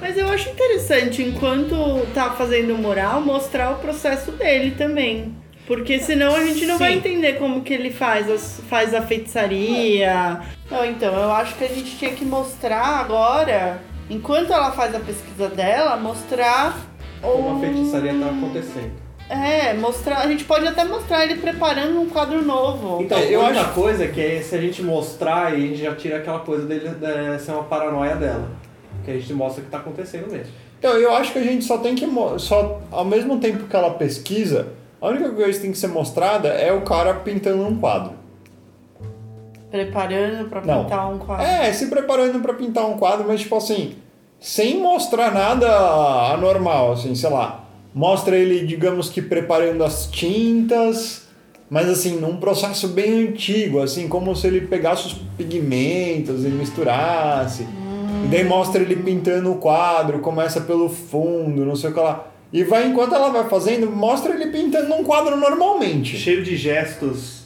Speaker 2: Mas eu acho interessante, enquanto tá fazendo moral, mostrar o processo dele também. Porque senão a gente não vai
Speaker 1: Sim.
Speaker 2: entender como que ele faz, as- faz a feitiçaria. Não, então, eu acho que a gente tinha que mostrar agora, enquanto ela faz a pesquisa dela, mostrar
Speaker 1: Como
Speaker 2: um-
Speaker 1: a feitiçaria tá acontecendo.
Speaker 2: É, mostrar. A gente pode até mostrar ele preparando um quadro novo.
Speaker 1: Então,
Speaker 3: É, eu
Speaker 1: outra
Speaker 3: acho-
Speaker 1: coisa que é se a gente mostrar e a gente já tira aquela coisa dele é, ser uma paranoia dela. Que a gente mostra que tá acontecendo mesmo.
Speaker 3: Então, eu acho que a gente só tem que. mo- Só, ao mesmo tempo que ela pesquisa, a única coisa que tem que ser mostrada é o cara pintando um quadro.
Speaker 2: Preparando pra
Speaker 3: Não.
Speaker 2: pintar um quadro.
Speaker 3: É, se preparando pra pintar um quadro, mas tipo assim, sem mostrar nada anormal, assim, sei lá. Mostra ele, digamos que preparando as tintas, mas assim, num processo bem antigo, assim, como se ele pegasse os pigmentos e misturasse. E daí mostra ele pintando o quadro, começa pelo fundo, não sei o que lá. E vai, enquanto ela vai fazendo, mostra ele pintando um quadro normalmente.
Speaker 1: Cheio de gestos,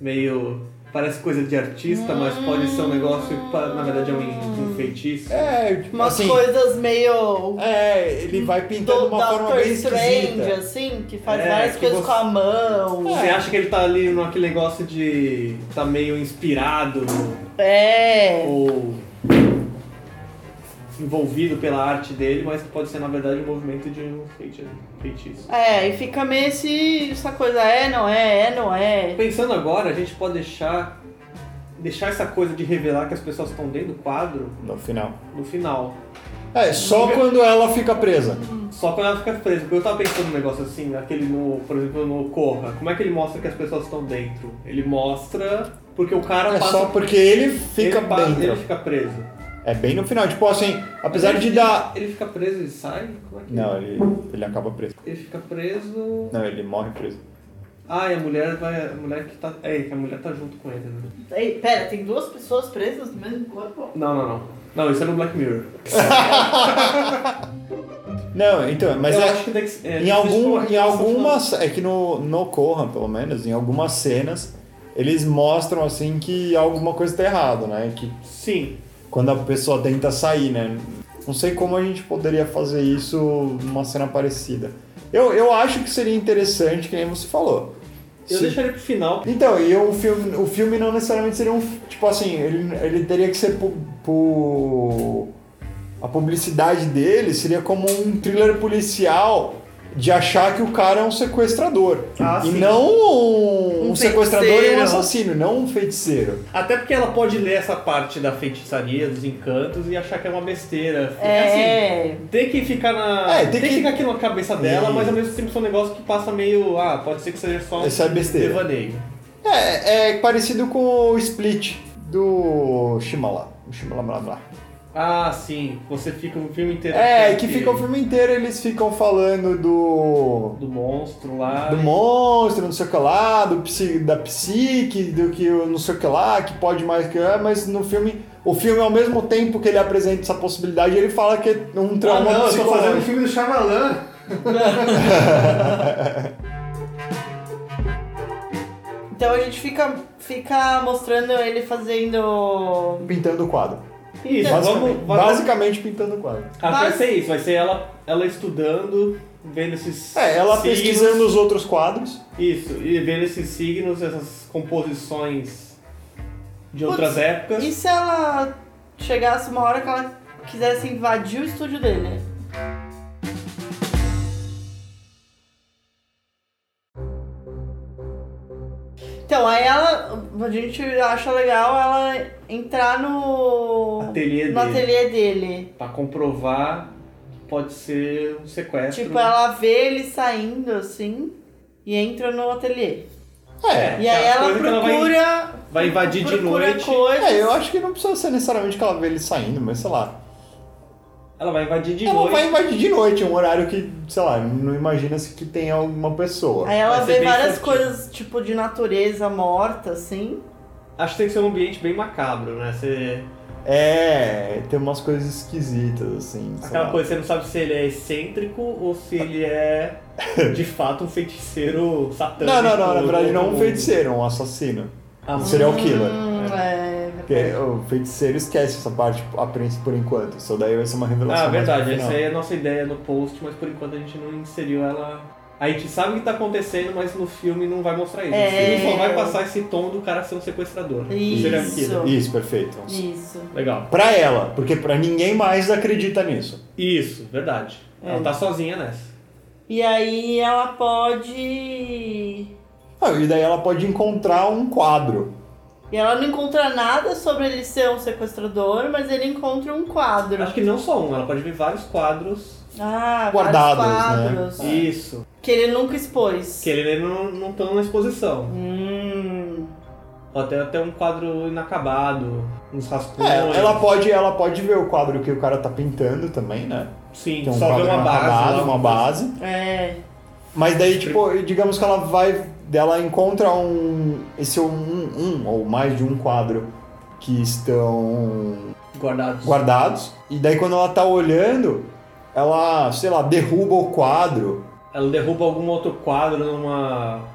Speaker 1: meio. Parece coisa de artista, mas pode ser um negócio. pa- Na verdade, é um, um feitiço.
Speaker 3: É, tipo,
Speaker 2: Umas
Speaker 3: assim,
Speaker 2: coisas meio.
Speaker 3: é, ele vai pintando de
Speaker 2: do
Speaker 3: uma forma bem
Speaker 2: Strange,
Speaker 3: esquisita.
Speaker 2: assim, que faz
Speaker 1: É,
Speaker 2: várias
Speaker 1: que
Speaker 2: coisas
Speaker 1: você-
Speaker 2: com a mão.
Speaker 1: Você acha que ele tá ali naquele negócio de. tá meio inspirado
Speaker 2: É.
Speaker 1: ou envolvido pela arte dele, mas que pode ser na verdade um movimento de um feiti- feitiço.
Speaker 2: É, e fica meio esse, essa coisa, é, não é, é, não é.
Speaker 1: Pensando agora, a gente pode deixar deixar essa coisa de revelar que as pessoas estão dentro do quadro
Speaker 3: No final.
Speaker 1: no final.
Speaker 3: É, só quando ela fica presa.
Speaker 1: Só quando ela fica presa. Porque eu tava pensando num negócio assim, aquele no, por exemplo, no Corra. Como é que ele mostra que as pessoas estão dentro? Ele mostra porque o cara
Speaker 3: É
Speaker 1: passa
Speaker 3: só porque ele fica
Speaker 1: ele, pa- ele
Speaker 3: dentro.
Speaker 1: fica preso.
Speaker 3: É bem no final. Tipo assim, apesar de dar.
Speaker 1: Ele fica preso e sai? Como é que
Speaker 3: Não, ele, ele acaba preso.
Speaker 1: Ele fica preso.
Speaker 3: Não, ele morre preso.
Speaker 1: Ah, e a mulher vai. A mulher que tá. É, que a mulher tá junto com ele, né?
Speaker 2: Ei, pera, tem duas pessoas presas no mesmo corpo?
Speaker 1: Não, não, não. Não, isso é no Black Mirror.
Speaker 3: Não, então, mas
Speaker 1: eu
Speaker 3: é-
Speaker 1: acho que tem que ser.
Speaker 3: em, algum, em algumas. É que no, no Corra, pelo menos, em algumas cenas, eles mostram assim que alguma coisa tá errada, né? Que
Speaker 1: Sim.
Speaker 3: quando a pessoa tenta sair, né? Não sei como a gente poderia fazer isso numa cena parecida. Eu, eu acho que seria interessante, que nem você falou.
Speaker 1: Eu
Speaker 3: Se-
Speaker 1: deixaria pro final.
Speaker 3: Então, e o filme, o filme não necessariamente seria um. Tipo assim, ele, ele teria que ser. Pu, pu- a publicidade dele seria como um thriller policial de achar que o cara é um sequestrador.
Speaker 1: Ah,
Speaker 3: e
Speaker 1: sim.
Speaker 3: não um,
Speaker 2: Um
Speaker 3: sequestrador e um
Speaker 2: feiticeiro.
Speaker 3: assassino, não um feiticeiro.
Speaker 1: Até porque ela pode ler essa parte da feitiçaria, dos encantos, e achar que é uma besteira. Assim,
Speaker 2: É.
Speaker 1: tem que ficar na.
Speaker 3: É, tem
Speaker 1: tem,
Speaker 3: que-
Speaker 1: que ficar aqui na cabeça dela,
Speaker 3: Isso.
Speaker 1: mas ao mesmo tempo são um negócio que passa meio. Ah, pode ser que seja só um
Speaker 3: Essa é besteira.
Speaker 1: devaneio.
Speaker 3: É, é parecido com o Split do Shimala. O Shimala blá blá.
Speaker 1: Ah, sim. Você fica no filme inteiro.
Speaker 3: É,
Speaker 1: achando
Speaker 3: que fica o filme inteiro, eles ficam falando do.
Speaker 1: Do monstro lá.
Speaker 3: do monstro, não sei o que lá, do psi- da psique, do que o não sei o que lá, que pode mais que é, mas no filme, o filme ao mesmo tempo que ele apresenta essa possibilidade, ele fala que é um
Speaker 1: Ah,
Speaker 3: trauma
Speaker 1: não, eu tô fazendo o
Speaker 3: psicológico.
Speaker 1: filme do Shyamalan.
Speaker 2: Então a gente fica, fica mostrando ele fazendo.
Speaker 3: Pintando o quadro.
Speaker 1: Isso,
Speaker 3: Basicamente,
Speaker 1: Então, vamos. um- vamos
Speaker 3: basicamente pintando o quadro.
Speaker 1: Ah, vai
Speaker 2: Basi-
Speaker 1: ser isso, vai ser ela, ela estudando, vendo esses.
Speaker 3: É, ela
Speaker 1: signos,
Speaker 3: pesquisando os outros quadros.
Speaker 1: Isso, e vendo esses signos, essas composições de outras
Speaker 2: Putz,
Speaker 1: épocas.
Speaker 2: E se ela chegasse uma hora que ela quisesse invadir o estúdio dele? Então, aí ela. A gente acha legal ela entrar no.
Speaker 1: Ateliê
Speaker 2: no
Speaker 1: dele.
Speaker 2: ateliê dele.
Speaker 1: Pra
Speaker 3: Tipo,
Speaker 1: comprovar que pode ser um sequestro.
Speaker 2: Tipo, ela vê ele saindo assim. e entra no ateliê.
Speaker 3: É.
Speaker 2: E aí
Speaker 1: É a
Speaker 2: ela
Speaker 1: coisa que ela vai-
Speaker 2: procura.
Speaker 1: vai invadir de
Speaker 2: procura
Speaker 1: noite.
Speaker 2: coisas.
Speaker 3: É, eu acho que não precisa ser necessariamente que ela vê ele saindo, mas sei lá.
Speaker 1: Ela vai invadir de
Speaker 3: ela
Speaker 1: noite.
Speaker 3: vai invadir de noite, um horário que, sei lá, não imagina-se que tem alguma pessoa.
Speaker 2: Aí ela
Speaker 1: Vai ser
Speaker 2: vê
Speaker 1: bem
Speaker 2: várias
Speaker 1: furtivo.
Speaker 2: coisas, tipo, de natureza morta, assim.
Speaker 1: Acho que tem que ser um ambiente bem macabro, né? Você...
Speaker 3: É, tem umas coisas esquisitas, assim. sei
Speaker 1: Aquela
Speaker 3: lá.
Speaker 1: coisa, você não sabe se ele é excêntrico ou se ele é de fato um feiticeiro satânico.
Speaker 3: Não, não, não, na verdade não um
Speaker 1: Ou-
Speaker 3: feiticeiro, um assassino.
Speaker 1: Ah,
Speaker 3: Um serial killer.
Speaker 2: Hum, é.
Speaker 3: Porque o feiticeiro esquece essa parte a princípio por enquanto. Isso daí vai ser uma revelação.
Speaker 1: Ah,
Speaker 3: mais pro
Speaker 1: verdade.
Speaker 3: final.
Speaker 1: Essa aí é a nossa ideia no post, mas por enquanto a gente não inseriu ela. A gente sabe o que tá acontecendo, mas no filme não vai mostrar isso.
Speaker 2: É.
Speaker 1: O filme só vai passar esse tom do cara ser um sequestrador. né?
Speaker 2: Isso.
Speaker 1: Serial killer.
Speaker 3: Isso, perfeito.
Speaker 2: Isso.
Speaker 1: Legal.
Speaker 3: Pra ela, porque pra ninguém mais acredita nisso.
Speaker 1: Isso, verdade.
Speaker 2: É.
Speaker 1: Ela tá sozinha nessa.
Speaker 2: E aí ela pode. E
Speaker 3: Ah, e daí ela pode encontrar um quadro.
Speaker 2: ela não encontra nada sobre ele ser um sequestrador, mas ele encontra um quadro.
Speaker 1: Acho que não só um, ela pode ver vários quadros.
Speaker 2: Ah,
Speaker 3: Guardados,
Speaker 2: vários
Speaker 3: né?
Speaker 2: quadros.
Speaker 1: Isso.
Speaker 2: Que ele nunca expôs.
Speaker 1: Que ele não não estão na exposição.
Speaker 2: Hum.
Speaker 1: Pode ter até um quadro inacabado, uns rascunhos.
Speaker 3: É, ela pode, ela pode ver o quadro que o cara tá pintando também, né?
Speaker 1: Sim,
Speaker 3: Tem um
Speaker 1: só ver
Speaker 3: quadro
Speaker 1: uma base.
Speaker 3: acabado,
Speaker 1: lá.
Speaker 3: uma base.
Speaker 2: É.
Speaker 3: Mas daí, tipo, digamos que ela vai. Ela encontra um. Esse um, um ou mais de um quadro que estão
Speaker 1: Guardados.
Speaker 3: guardados. E daí quando ela tá olhando, ela, sei lá, derruba o quadro.
Speaker 1: ela derruba algum outro quadro numa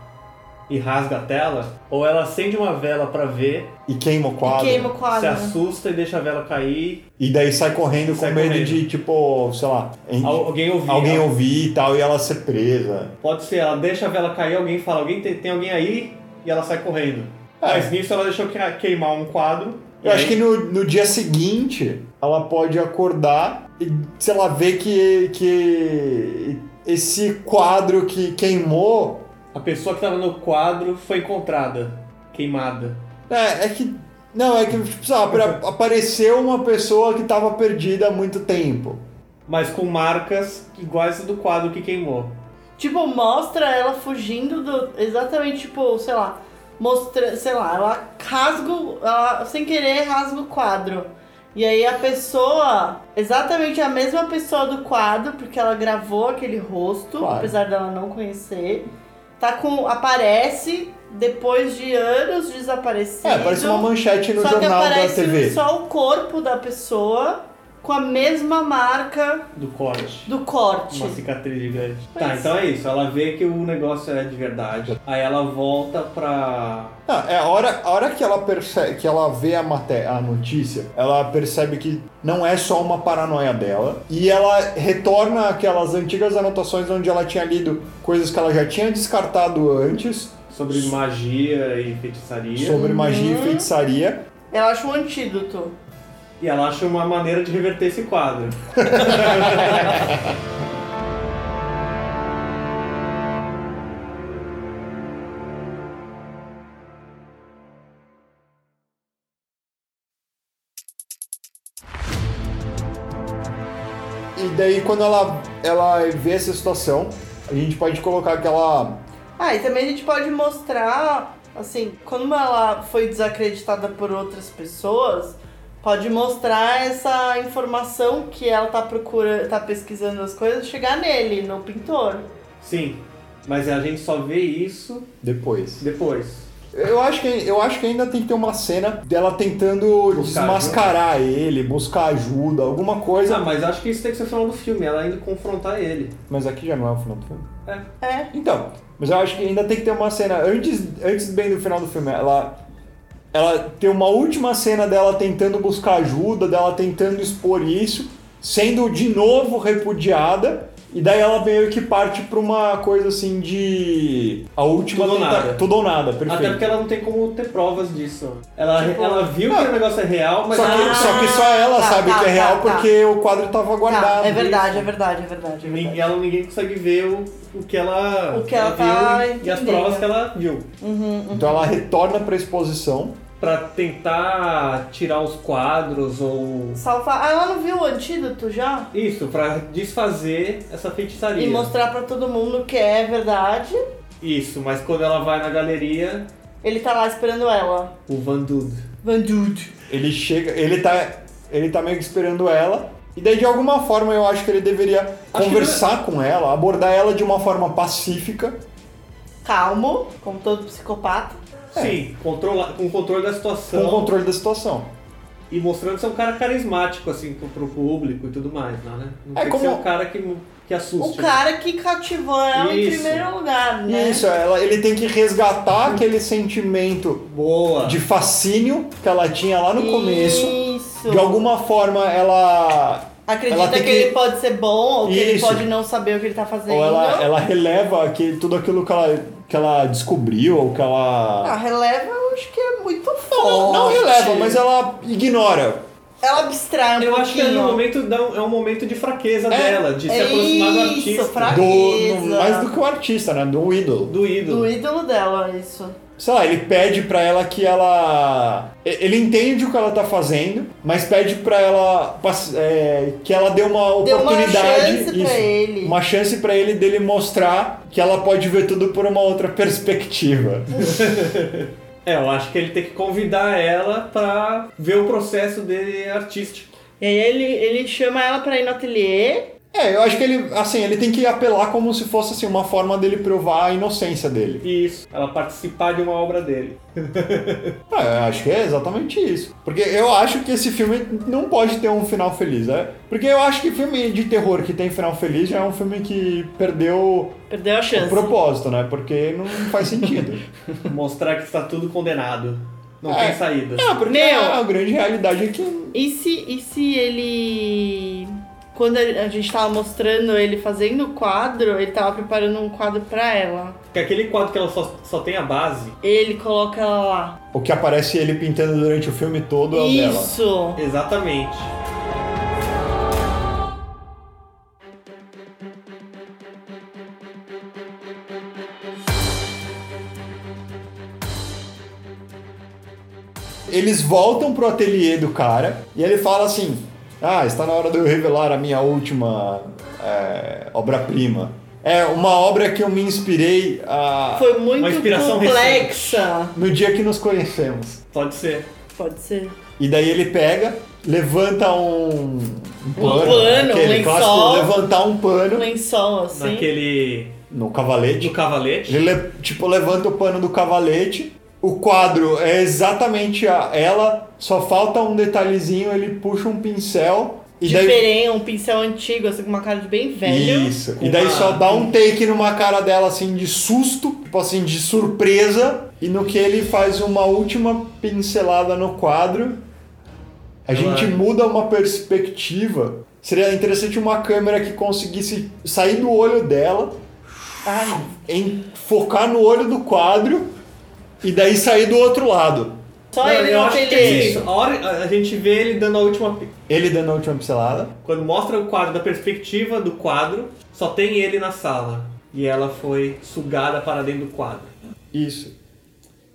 Speaker 1: e rasga a tela, ou ela acende uma vela pra ver,
Speaker 3: E queima o quadro.
Speaker 2: E queima o
Speaker 1: se
Speaker 2: quadro.
Speaker 1: assusta e deixa a vela cair,
Speaker 3: E daí sai correndo
Speaker 1: Sai
Speaker 3: com medo
Speaker 1: correndo.
Speaker 3: de, tipo, sei lá, em-
Speaker 1: al- alguém ouvir.
Speaker 3: alguém
Speaker 1: Ela-
Speaker 3: ouvir e tal, e ela ser presa.
Speaker 1: Pode ser, ela deixa a vela cair, alguém fala, alguém tem, tem alguém aí, e ela sai correndo.
Speaker 3: É.
Speaker 1: Mas nisso ela deixou que- queimar um quadro. e
Speaker 3: Eu acho
Speaker 1: aí-
Speaker 3: que no, no dia seguinte ela pode acordar e, sei lá, ver que, que esse quadro que queimou.
Speaker 1: a pessoa que tava no quadro foi encontrada, queimada.
Speaker 3: É, é que. Não, é que, tipo, sei lá, pra- apareceu uma pessoa que tava perdida há muito tempo.
Speaker 1: Mas com marcas iguais do quadro que queimou.
Speaker 2: Tipo, mostra ela fugindo do. Exatamente, tipo, sei lá. Mostra, sei lá, ela rasga. o- Ela, sem querer, rasga o quadro. E aí a pessoa. Exatamente a mesma pessoa do quadro, porque ela gravou aquele rosto,
Speaker 3: Claro.
Speaker 2: apesar dela não conhecer. Tá com. Aparece depois de anos desaparecido.
Speaker 3: É, aparece uma manchete no
Speaker 2: então, só que
Speaker 3: jornal da
Speaker 2: aparece um
Speaker 3: TV.
Speaker 2: só o corpo da pessoa com a mesma marca
Speaker 1: Do corte.
Speaker 2: do corte.
Speaker 1: Uma cicatriz gigante.
Speaker 2: Pois.
Speaker 1: Tá, então é isso. Ela vê que o negócio é de verdade. Aí ela volta pra.
Speaker 3: Não, é a hora, a hora que ela percebe, que ela vê a, mate- a notícia, ela percebe que não é só uma paranoia dela e ela retorna aquelas antigas anotações onde ela tinha lido coisas que ela já tinha descartado antes
Speaker 1: sobre magia e feitiçaria.
Speaker 2: Uhum.
Speaker 3: sobre magia e feitiçaria.
Speaker 2: Ela acha um antídoto.
Speaker 1: E ela acha uma maneira de reverter esse quadro.
Speaker 3: E daí quando ela ela vê essa situação, a gente pode colocar que ela
Speaker 2: Ah, e também a gente pode mostrar, assim, como ela foi desacreditada por outras pessoas, pode mostrar essa informação que ela tá procurando, tá pesquisando as coisas, chegar nele, no pintor.
Speaker 1: Sim. Mas a gente só vê isso
Speaker 3: depois.
Speaker 1: depois.
Speaker 3: Eu acho que eu acho que ainda tem que ter uma cena dela tentando desmascarar ele, buscar ajuda, alguma coisa.
Speaker 1: Ah, mas acho que isso tem que ser o final do filme, ela indo confrontar ele.
Speaker 3: Mas aqui já não é o final do filme.
Speaker 2: É.
Speaker 3: Então, mas eu acho que ainda tem que ter uma cena antes, antes bem do final do filme. Ela, ela tem uma última cena dela tentando buscar ajuda, dela tentando expor isso, sendo de novo repudiada. E daí ela meio que parte pra uma coisa assim de. A última
Speaker 1: Tudo ou
Speaker 3: tenta-
Speaker 1: nada.
Speaker 3: Tudo ou nada,
Speaker 1: Até
Speaker 3: perfeito.
Speaker 1: porque ela não tem como ter provas disso. Ela,
Speaker 2: Tipo-
Speaker 1: ela viu que o negócio é real, mas
Speaker 3: Só
Speaker 1: ela
Speaker 3: que,
Speaker 2: Ah,
Speaker 3: só que só ela
Speaker 2: tá,
Speaker 3: sabe
Speaker 2: tá,
Speaker 3: que é
Speaker 2: tá,
Speaker 3: real
Speaker 2: tá.
Speaker 3: porque o quadro tava guardado.
Speaker 2: Tá, é verdade, é verdade, é verdade, é
Speaker 1: ninguém,
Speaker 2: verdade.
Speaker 1: ela- ninguém consegue ver o, o que ela,
Speaker 2: O que ela tá
Speaker 1: viu e- e as
Speaker 2: entendendo.
Speaker 1: provas que ela viu.
Speaker 2: Uhum,
Speaker 3: Então ela retorna pra exposição.
Speaker 1: Pra tentar tirar os quadros ou
Speaker 2: Salvar. Ah, ela não viu o antídoto já?
Speaker 1: Isso, pra desfazer essa feitiçaria.
Speaker 2: E mostrar pra todo mundo que é verdade.
Speaker 1: Isso, mas quando ela vai na galeria,
Speaker 2: Ele tá lá esperando ela.
Speaker 1: o Van Dude.
Speaker 2: Van Dude.
Speaker 3: Ele chega, ele tá, ele tá meio que esperando ela. E daí de alguma forma eu acho que ele deveria
Speaker 1: que
Speaker 2: é
Speaker 3: conversar com ela, abordar ela de uma forma pacífica.
Speaker 2: Calmo, como todo psicopata.
Speaker 3: É.
Speaker 1: Sim, controla, com o controle da situação
Speaker 2: Então.
Speaker 3: Com o controle da situação.
Speaker 1: e mostrando ser um cara carismático, assim, pro, pro público e tudo mais, não, né? Não
Speaker 3: É
Speaker 1: tem
Speaker 3: como-
Speaker 1: que ser um cara que, que
Speaker 2: O
Speaker 1: assuste. né?
Speaker 2: cara que cativou ela em
Speaker 1: Isso.
Speaker 2: primeiro lugar, né? Uhum.
Speaker 3: Isso, ela, ele tem que resgatar aquele sentimento
Speaker 1: Boa.
Speaker 3: de fascínio que ela tinha lá no começo.
Speaker 2: Isso.
Speaker 3: De alguma forma ela
Speaker 2: Acredita
Speaker 3: ela
Speaker 2: que,
Speaker 3: tem que-
Speaker 2: ele pode ser bom ou que ele
Speaker 3: Isso.
Speaker 2: pode não saber o que ele tá fazendo.
Speaker 3: ou ela, ela releva aquele, tudo aquilo que ela, que ela descobriu, ou que
Speaker 2: Ah,
Speaker 3: ela.
Speaker 2: releva, eu acho que é muito forte.
Speaker 3: Não, não releva, mas ela ignora.
Speaker 2: Ela abstrai um
Speaker 1: Eu acho que é um
Speaker 2: pouquinho.
Speaker 1: momento, dá um- é um momento de fraqueza
Speaker 3: É,
Speaker 1: dela, de se
Speaker 2: é
Speaker 1: aproximar do
Speaker 2: isso,
Speaker 1: artista.
Speaker 2: fraca.
Speaker 3: Do,
Speaker 2: Fraqueza.
Speaker 3: no- mais do que o artista, né? Do ídolo.
Speaker 1: Do ídolo.
Speaker 2: Do ídolo dela, isso.
Speaker 3: Sei lá, ele pede pra ela que ela. e- Ele entende o que ela tá fazendo, mas pede pra ela pass- é, que ela dê uma
Speaker 2: Deu uma
Speaker 3: oportunidade.
Speaker 2: chance pra ele.
Speaker 3: Uma chance pra ele dele mostrar que ela pode ver tudo por uma outra perspectiva.
Speaker 1: É, eu acho que ele tem que convidar ela pra ver o processo dele artístico.
Speaker 2: E aí ele, ele chama ela pra ir no ateliê.
Speaker 3: É, eu acho que ele, assim, ele tem que apelar como se fosse assim, uma forma dele provar a inocência dele.
Speaker 1: E isso, ela participar de uma obra dele.
Speaker 3: É, eu acho que é exatamente isso. Porque eu acho que esse filme não pode ter um final feliz, né? Porque eu acho que filme de terror que tem final feliz já é um filme que perdeu
Speaker 2: Perdeu a
Speaker 3: o
Speaker 2: chance.
Speaker 3: propósito, né? Porque não faz sentido.
Speaker 1: Mostrar que está tudo condenado. Não
Speaker 3: É.
Speaker 1: tem saída.
Speaker 3: Não, porque
Speaker 2: Meu.
Speaker 3: a grande realidade é que.
Speaker 2: E se, e se ele. Quando a gente tava mostrando ele fazendo o quadro, ele tava preparando um quadro pra ela.
Speaker 1: Porque aquele quadro que ela só, só tem a base,
Speaker 2: Ele coloca ela lá.
Speaker 3: O que aparece ele pintando durante o filme todo é o dela.
Speaker 2: Isso!
Speaker 1: exatamente.
Speaker 3: Eles voltam pro ateliê do cara e ele fala assim: Ah, está na hora de eu revelar a minha última é, obra-prima. É uma obra que eu me inspirei a-
Speaker 2: Foi muito
Speaker 1: Uma inspiração
Speaker 2: complexa.
Speaker 3: no dia que nos conhecemos.
Speaker 1: Pode ser.
Speaker 2: Pode ser.
Speaker 3: E daí ele pega, levanta um, um pano,
Speaker 2: pano, um
Speaker 3: aquele
Speaker 2: lençol.
Speaker 3: clássico levantar um
Speaker 2: Um
Speaker 3: pano
Speaker 2: lençol, assim.
Speaker 1: Naquele.
Speaker 3: no cavalete.
Speaker 1: do cavalete.
Speaker 3: Ele le- tipo levanta o pano do cavalete. O quadro é exatamente a, ela, só falta um detalhezinho, ele puxa um pincel e daí
Speaker 2: Diferente, um pincel antigo, assim, com uma cara de bem velho.
Speaker 3: isso.
Speaker 1: com
Speaker 3: E daí
Speaker 1: uma-
Speaker 3: só dá um take numa cara dela assim de susto, tipo assim de surpresa, e no que ele faz uma última pincelada no quadro, a
Speaker 1: Ela- é.
Speaker 3: gente muda uma perspectiva. Seria interessante uma câmera que conseguisse sair do olho dela
Speaker 2: Ai,
Speaker 3: em focar no olho do quadro e daí sair do outro lado.
Speaker 2: só
Speaker 1: Não,
Speaker 2: ele
Speaker 1: eu
Speaker 2: no
Speaker 1: acho que
Speaker 2: ateliê.
Speaker 1: é isso. A, hora, a- a gente vê ele dando a última. pi-
Speaker 3: Ele dando a última pincelada.
Speaker 1: Quando mostra o quadro da perspectiva do quadro, só tem ele na sala. E ela foi sugada para dentro do quadro.
Speaker 3: Isso.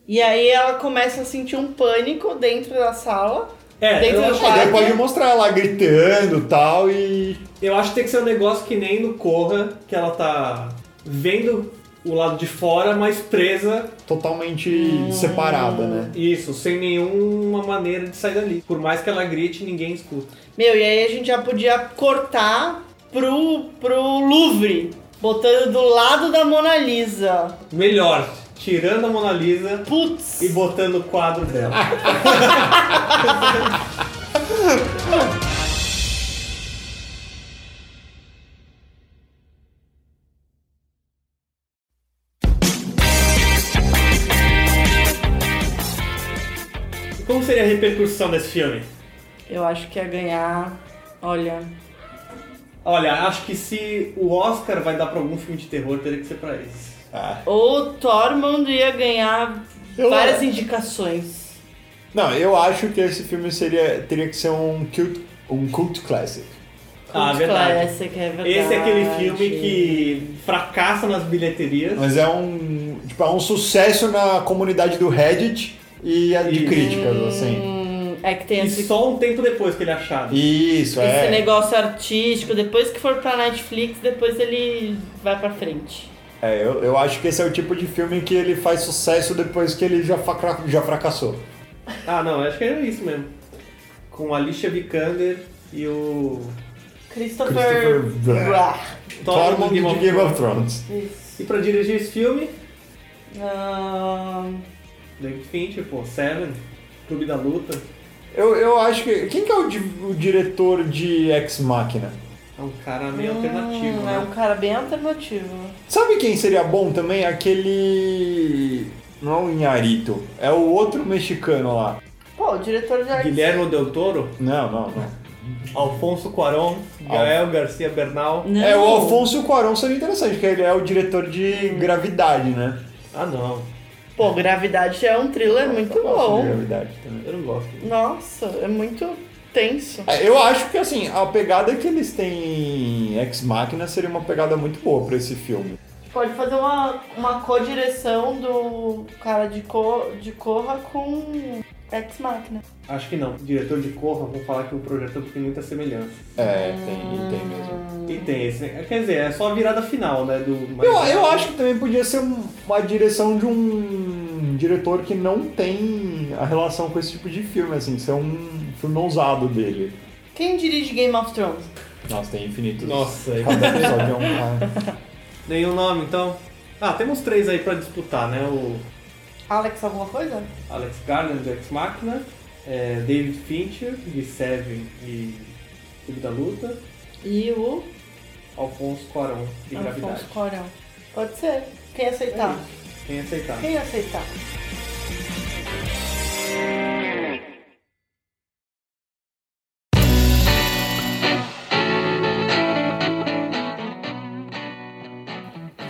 Speaker 2: E aí ela começa a sentir um pânico dentro da sala.
Speaker 1: É,
Speaker 2: Dentro
Speaker 1: eu
Speaker 2: do
Speaker 1: acho-
Speaker 3: E daí
Speaker 2: Quadro.
Speaker 3: pode mostrar ela gritando e tal e.
Speaker 1: Eu acho que tem que ser um negócio que nem no Corra, que ela tá vendo o lado de fora, mas presa,
Speaker 3: totalmente
Speaker 1: Hum.
Speaker 3: separada, né?
Speaker 1: isso, sem nenhuma maneira de sair dali. Por mais que ela grite, ninguém escuta.
Speaker 2: Meu, e aí a gente já podia cortar pro, pro Louvre. Botando do lado da Mona Lisa.
Speaker 1: Melhor, tirando a Mona Lisa
Speaker 2: Putz!
Speaker 1: e botando o quadro dela. E Como seria a repercussão desse filme?
Speaker 2: Eu acho que ia ganhar. Olha.
Speaker 1: Olha, acho que se o Oscar vai dar pra algum filme de terror, teria que ser pra esse.
Speaker 3: Ah.
Speaker 2: Ou o Tormund ia ganhar
Speaker 3: Eu-
Speaker 2: várias indicações.
Speaker 3: Não, eu acho que esse filme seria teria que ser um cult, um cult classic.
Speaker 1: Ah,
Speaker 2: Cult
Speaker 1: verdade.
Speaker 2: Classic, é verdade.
Speaker 1: Esse é aquele filme que fracassa nas bilheterias.
Speaker 3: Mas é um tipo é um sucesso na comunidade do Reddit e a de
Speaker 1: Isso.
Speaker 3: críticas assim.
Speaker 2: Hum, é que tem
Speaker 1: E
Speaker 2: esse,
Speaker 1: só um tempo depois que ele é achado.
Speaker 3: Isso
Speaker 2: esse
Speaker 3: é.
Speaker 2: negócio artístico. Depois que for pra Netflix, depois ele vai pra frente.
Speaker 3: É, eu, eu acho que esse é o tipo de filme que ele faz sucesso depois que ele já, facra- já fracassou.
Speaker 1: Ah, não, acho que era isso mesmo. Com a Alicia Vikander e o...
Speaker 2: Christopher.
Speaker 3: Christopher
Speaker 2: Blah.
Speaker 1: Thor do
Speaker 3: Tormund de Game of Thrones.
Speaker 2: Isso.
Speaker 1: E pra dirigir esse filme,
Speaker 2: Ahn,
Speaker 1: David Fincher, pô, tipo, Seven, Clube da Luta.
Speaker 3: Eu, eu acho que... Quem que é o, di- o diretor de Ex Machina?
Speaker 1: É um cara meio
Speaker 2: hum,
Speaker 1: alternativo,
Speaker 2: É
Speaker 1: né?
Speaker 2: um cara bem alternativo.
Speaker 3: Sabe quem seria bom também? Aquele... Não é o Inharito. É o outro mexicano lá.
Speaker 2: Pô, o diretor de arte.
Speaker 1: Guilherme Del Toro,
Speaker 3: Não, não, não.
Speaker 1: Alfonso Cuarón, Gael Garcia Bernal.
Speaker 5: Não.
Speaker 3: É, o Alfonso Cuarón seria interessante, porque ele é o diretor de Gravidade, né?
Speaker 1: Ah, não,
Speaker 2: Pô, Gravidade é um thriller muito
Speaker 3: Eu gosto de
Speaker 2: bom.
Speaker 3: Gravidade também.
Speaker 1: eu não gosto.
Speaker 2: Nossa, é muito tenso.
Speaker 3: É, Eu acho que assim, a pegada que eles têm em Ex Machina seria uma pegada muito boa pra esse filme.
Speaker 2: Pode fazer uma, uma co-direção do cara de, co, de Corra com Ex Machina.
Speaker 1: Acho que não. Diretor de Corra, vou falar que o projeto tem muita semelhança.
Speaker 3: É, tem, tem
Speaker 2: Ah.
Speaker 3: mesmo.
Speaker 1: E tem esse, né? Quer dizer, é só a virada final, né? Do, mas-
Speaker 3: Eu, eu acho que também podia ser um- uma direção de um diretor que não tem a relação com esse tipo de filme, assim, ser um filme ousado dele.
Speaker 2: Quem dirige Game of Thrones?
Speaker 3: Nossa, tem infinitos.
Speaker 1: Nossa, aí-
Speaker 3: Cada episódio é um.
Speaker 1: nenhum nome, então. Ah, temos três aí pra disputar, né? O
Speaker 2: Alex alguma coisa?
Speaker 1: Alex Garland, do Ex Machina, é, David Fincher, de Seven e Clube da Luta,
Speaker 2: E o
Speaker 1: Alfonso Cuarón, de Gravidade. É
Speaker 2: Alfonso Corão. Pode ser. Quem aceitar?
Speaker 1: Quem aceitar.
Speaker 2: Quem aceitar?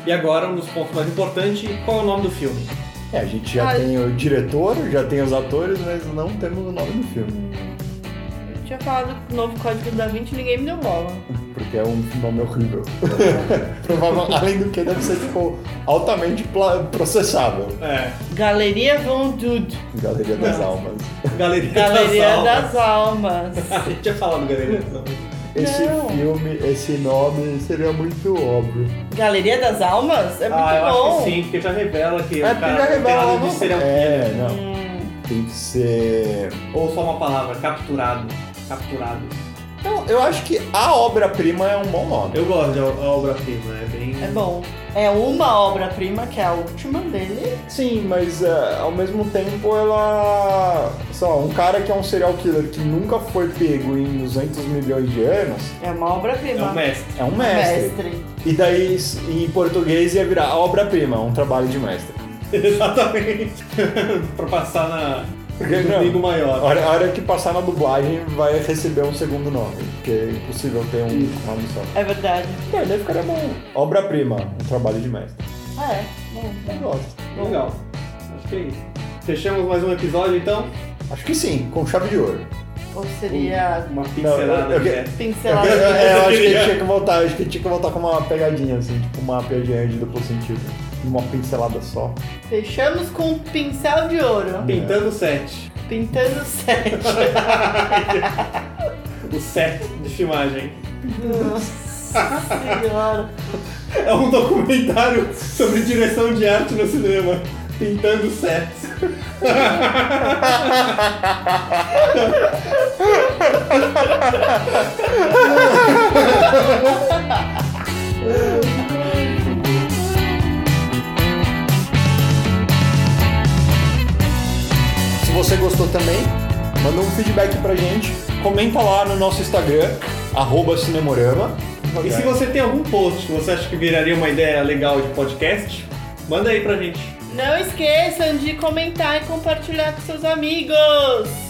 Speaker 1: E agora, um dos pontos mais importantes, qual é o nome do filme?
Speaker 3: É, a gente já
Speaker 2: Ah,
Speaker 3: tem o diretor, já tem os atores, mas não temos o nome do filme.
Speaker 2: Eu tinha falado do novo código da 20 ninguém me deu bola.
Speaker 3: Porque é um nome horrível. Provavelmente, além do que, deve ser, tipo, altamente pla- processável.
Speaker 1: É,
Speaker 2: Galeria Von Dude.
Speaker 3: Galeria das Almas.
Speaker 1: Galeria,
Speaker 2: Galeria
Speaker 1: das
Speaker 2: das Almas.
Speaker 1: Almas. A gente já falou do Galeria das Almas.
Speaker 3: Esse
Speaker 2: Não.
Speaker 3: filme, esse nome seria muito óbvio.
Speaker 2: Galeria das Almas? É muito
Speaker 1: ah, eu
Speaker 2: bom.
Speaker 1: acho que sim, porque já revela que
Speaker 3: É
Speaker 1: o cara
Speaker 3: porque já
Speaker 1: não tem
Speaker 3: revela.
Speaker 1: nada de serial
Speaker 3: É, não.
Speaker 2: Hum,
Speaker 3: Tem que ser.
Speaker 1: Ou só uma palavra, capturado. Capturado.
Speaker 3: Não, Então, eu acho que a obra-prima é um bom nome.
Speaker 1: Eu gosto de a obra-prima, é bem.
Speaker 2: é bom. É uma obra-prima, que é a última dele.
Speaker 3: Sim, mas é, ao mesmo tempo ela. Só, um cara que é um serial killer que nunca foi pego em 200 milhões de anos
Speaker 2: É uma
Speaker 1: É
Speaker 2: obra-prima.
Speaker 1: o mestre.
Speaker 3: é um mestre. E daí em português ia virar a obra-prima, um trabalho de mestre.
Speaker 1: Exatamente. pra passar na.
Speaker 3: Porque
Speaker 1: no
Speaker 3: não.
Speaker 1: bingo
Speaker 3: A
Speaker 1: maior.
Speaker 3: hora, a hora que passar na dublagem vai receber um segundo nome, porque é impossível ter um nome só.
Speaker 2: É verdade.
Speaker 3: Cara, daí ficaria bom. Obra-prima, um trabalho de mestre.
Speaker 2: Ah, é. Bom.
Speaker 3: Eu gosto.
Speaker 1: Legal. Acho que é isso. Fechamos mais um episódio então?
Speaker 3: Acho que sim, com chave de ouro.
Speaker 2: Ou seria
Speaker 1: Uma pincelada
Speaker 3: Não, eu- eu-
Speaker 1: de é.
Speaker 2: pincelada.
Speaker 3: É, eu acho que ele tinha que voltar, eu acho que ele tinha que voltar com uma pegadinha, assim, tipo uma piadinha de duplo sentido. Uma pincelada só.
Speaker 2: Fechamos com um pincel de ouro.
Speaker 1: Pintando o set.
Speaker 2: Pintando sete.
Speaker 1: O set de filmagem.
Speaker 2: Nossa senhora.
Speaker 1: É um documentário sobre direção de arte no cinema. Pintando sets.
Speaker 3: Se você gostou também, manda um feedback pra gente. Comenta lá no nosso Instagram, arroba Cinemorama.
Speaker 1: E se você tem algum post que você acha que viraria uma ideia legal de podcast, manda aí pra gente.
Speaker 2: Não esqueçam de comentar e compartilhar com seus amigos.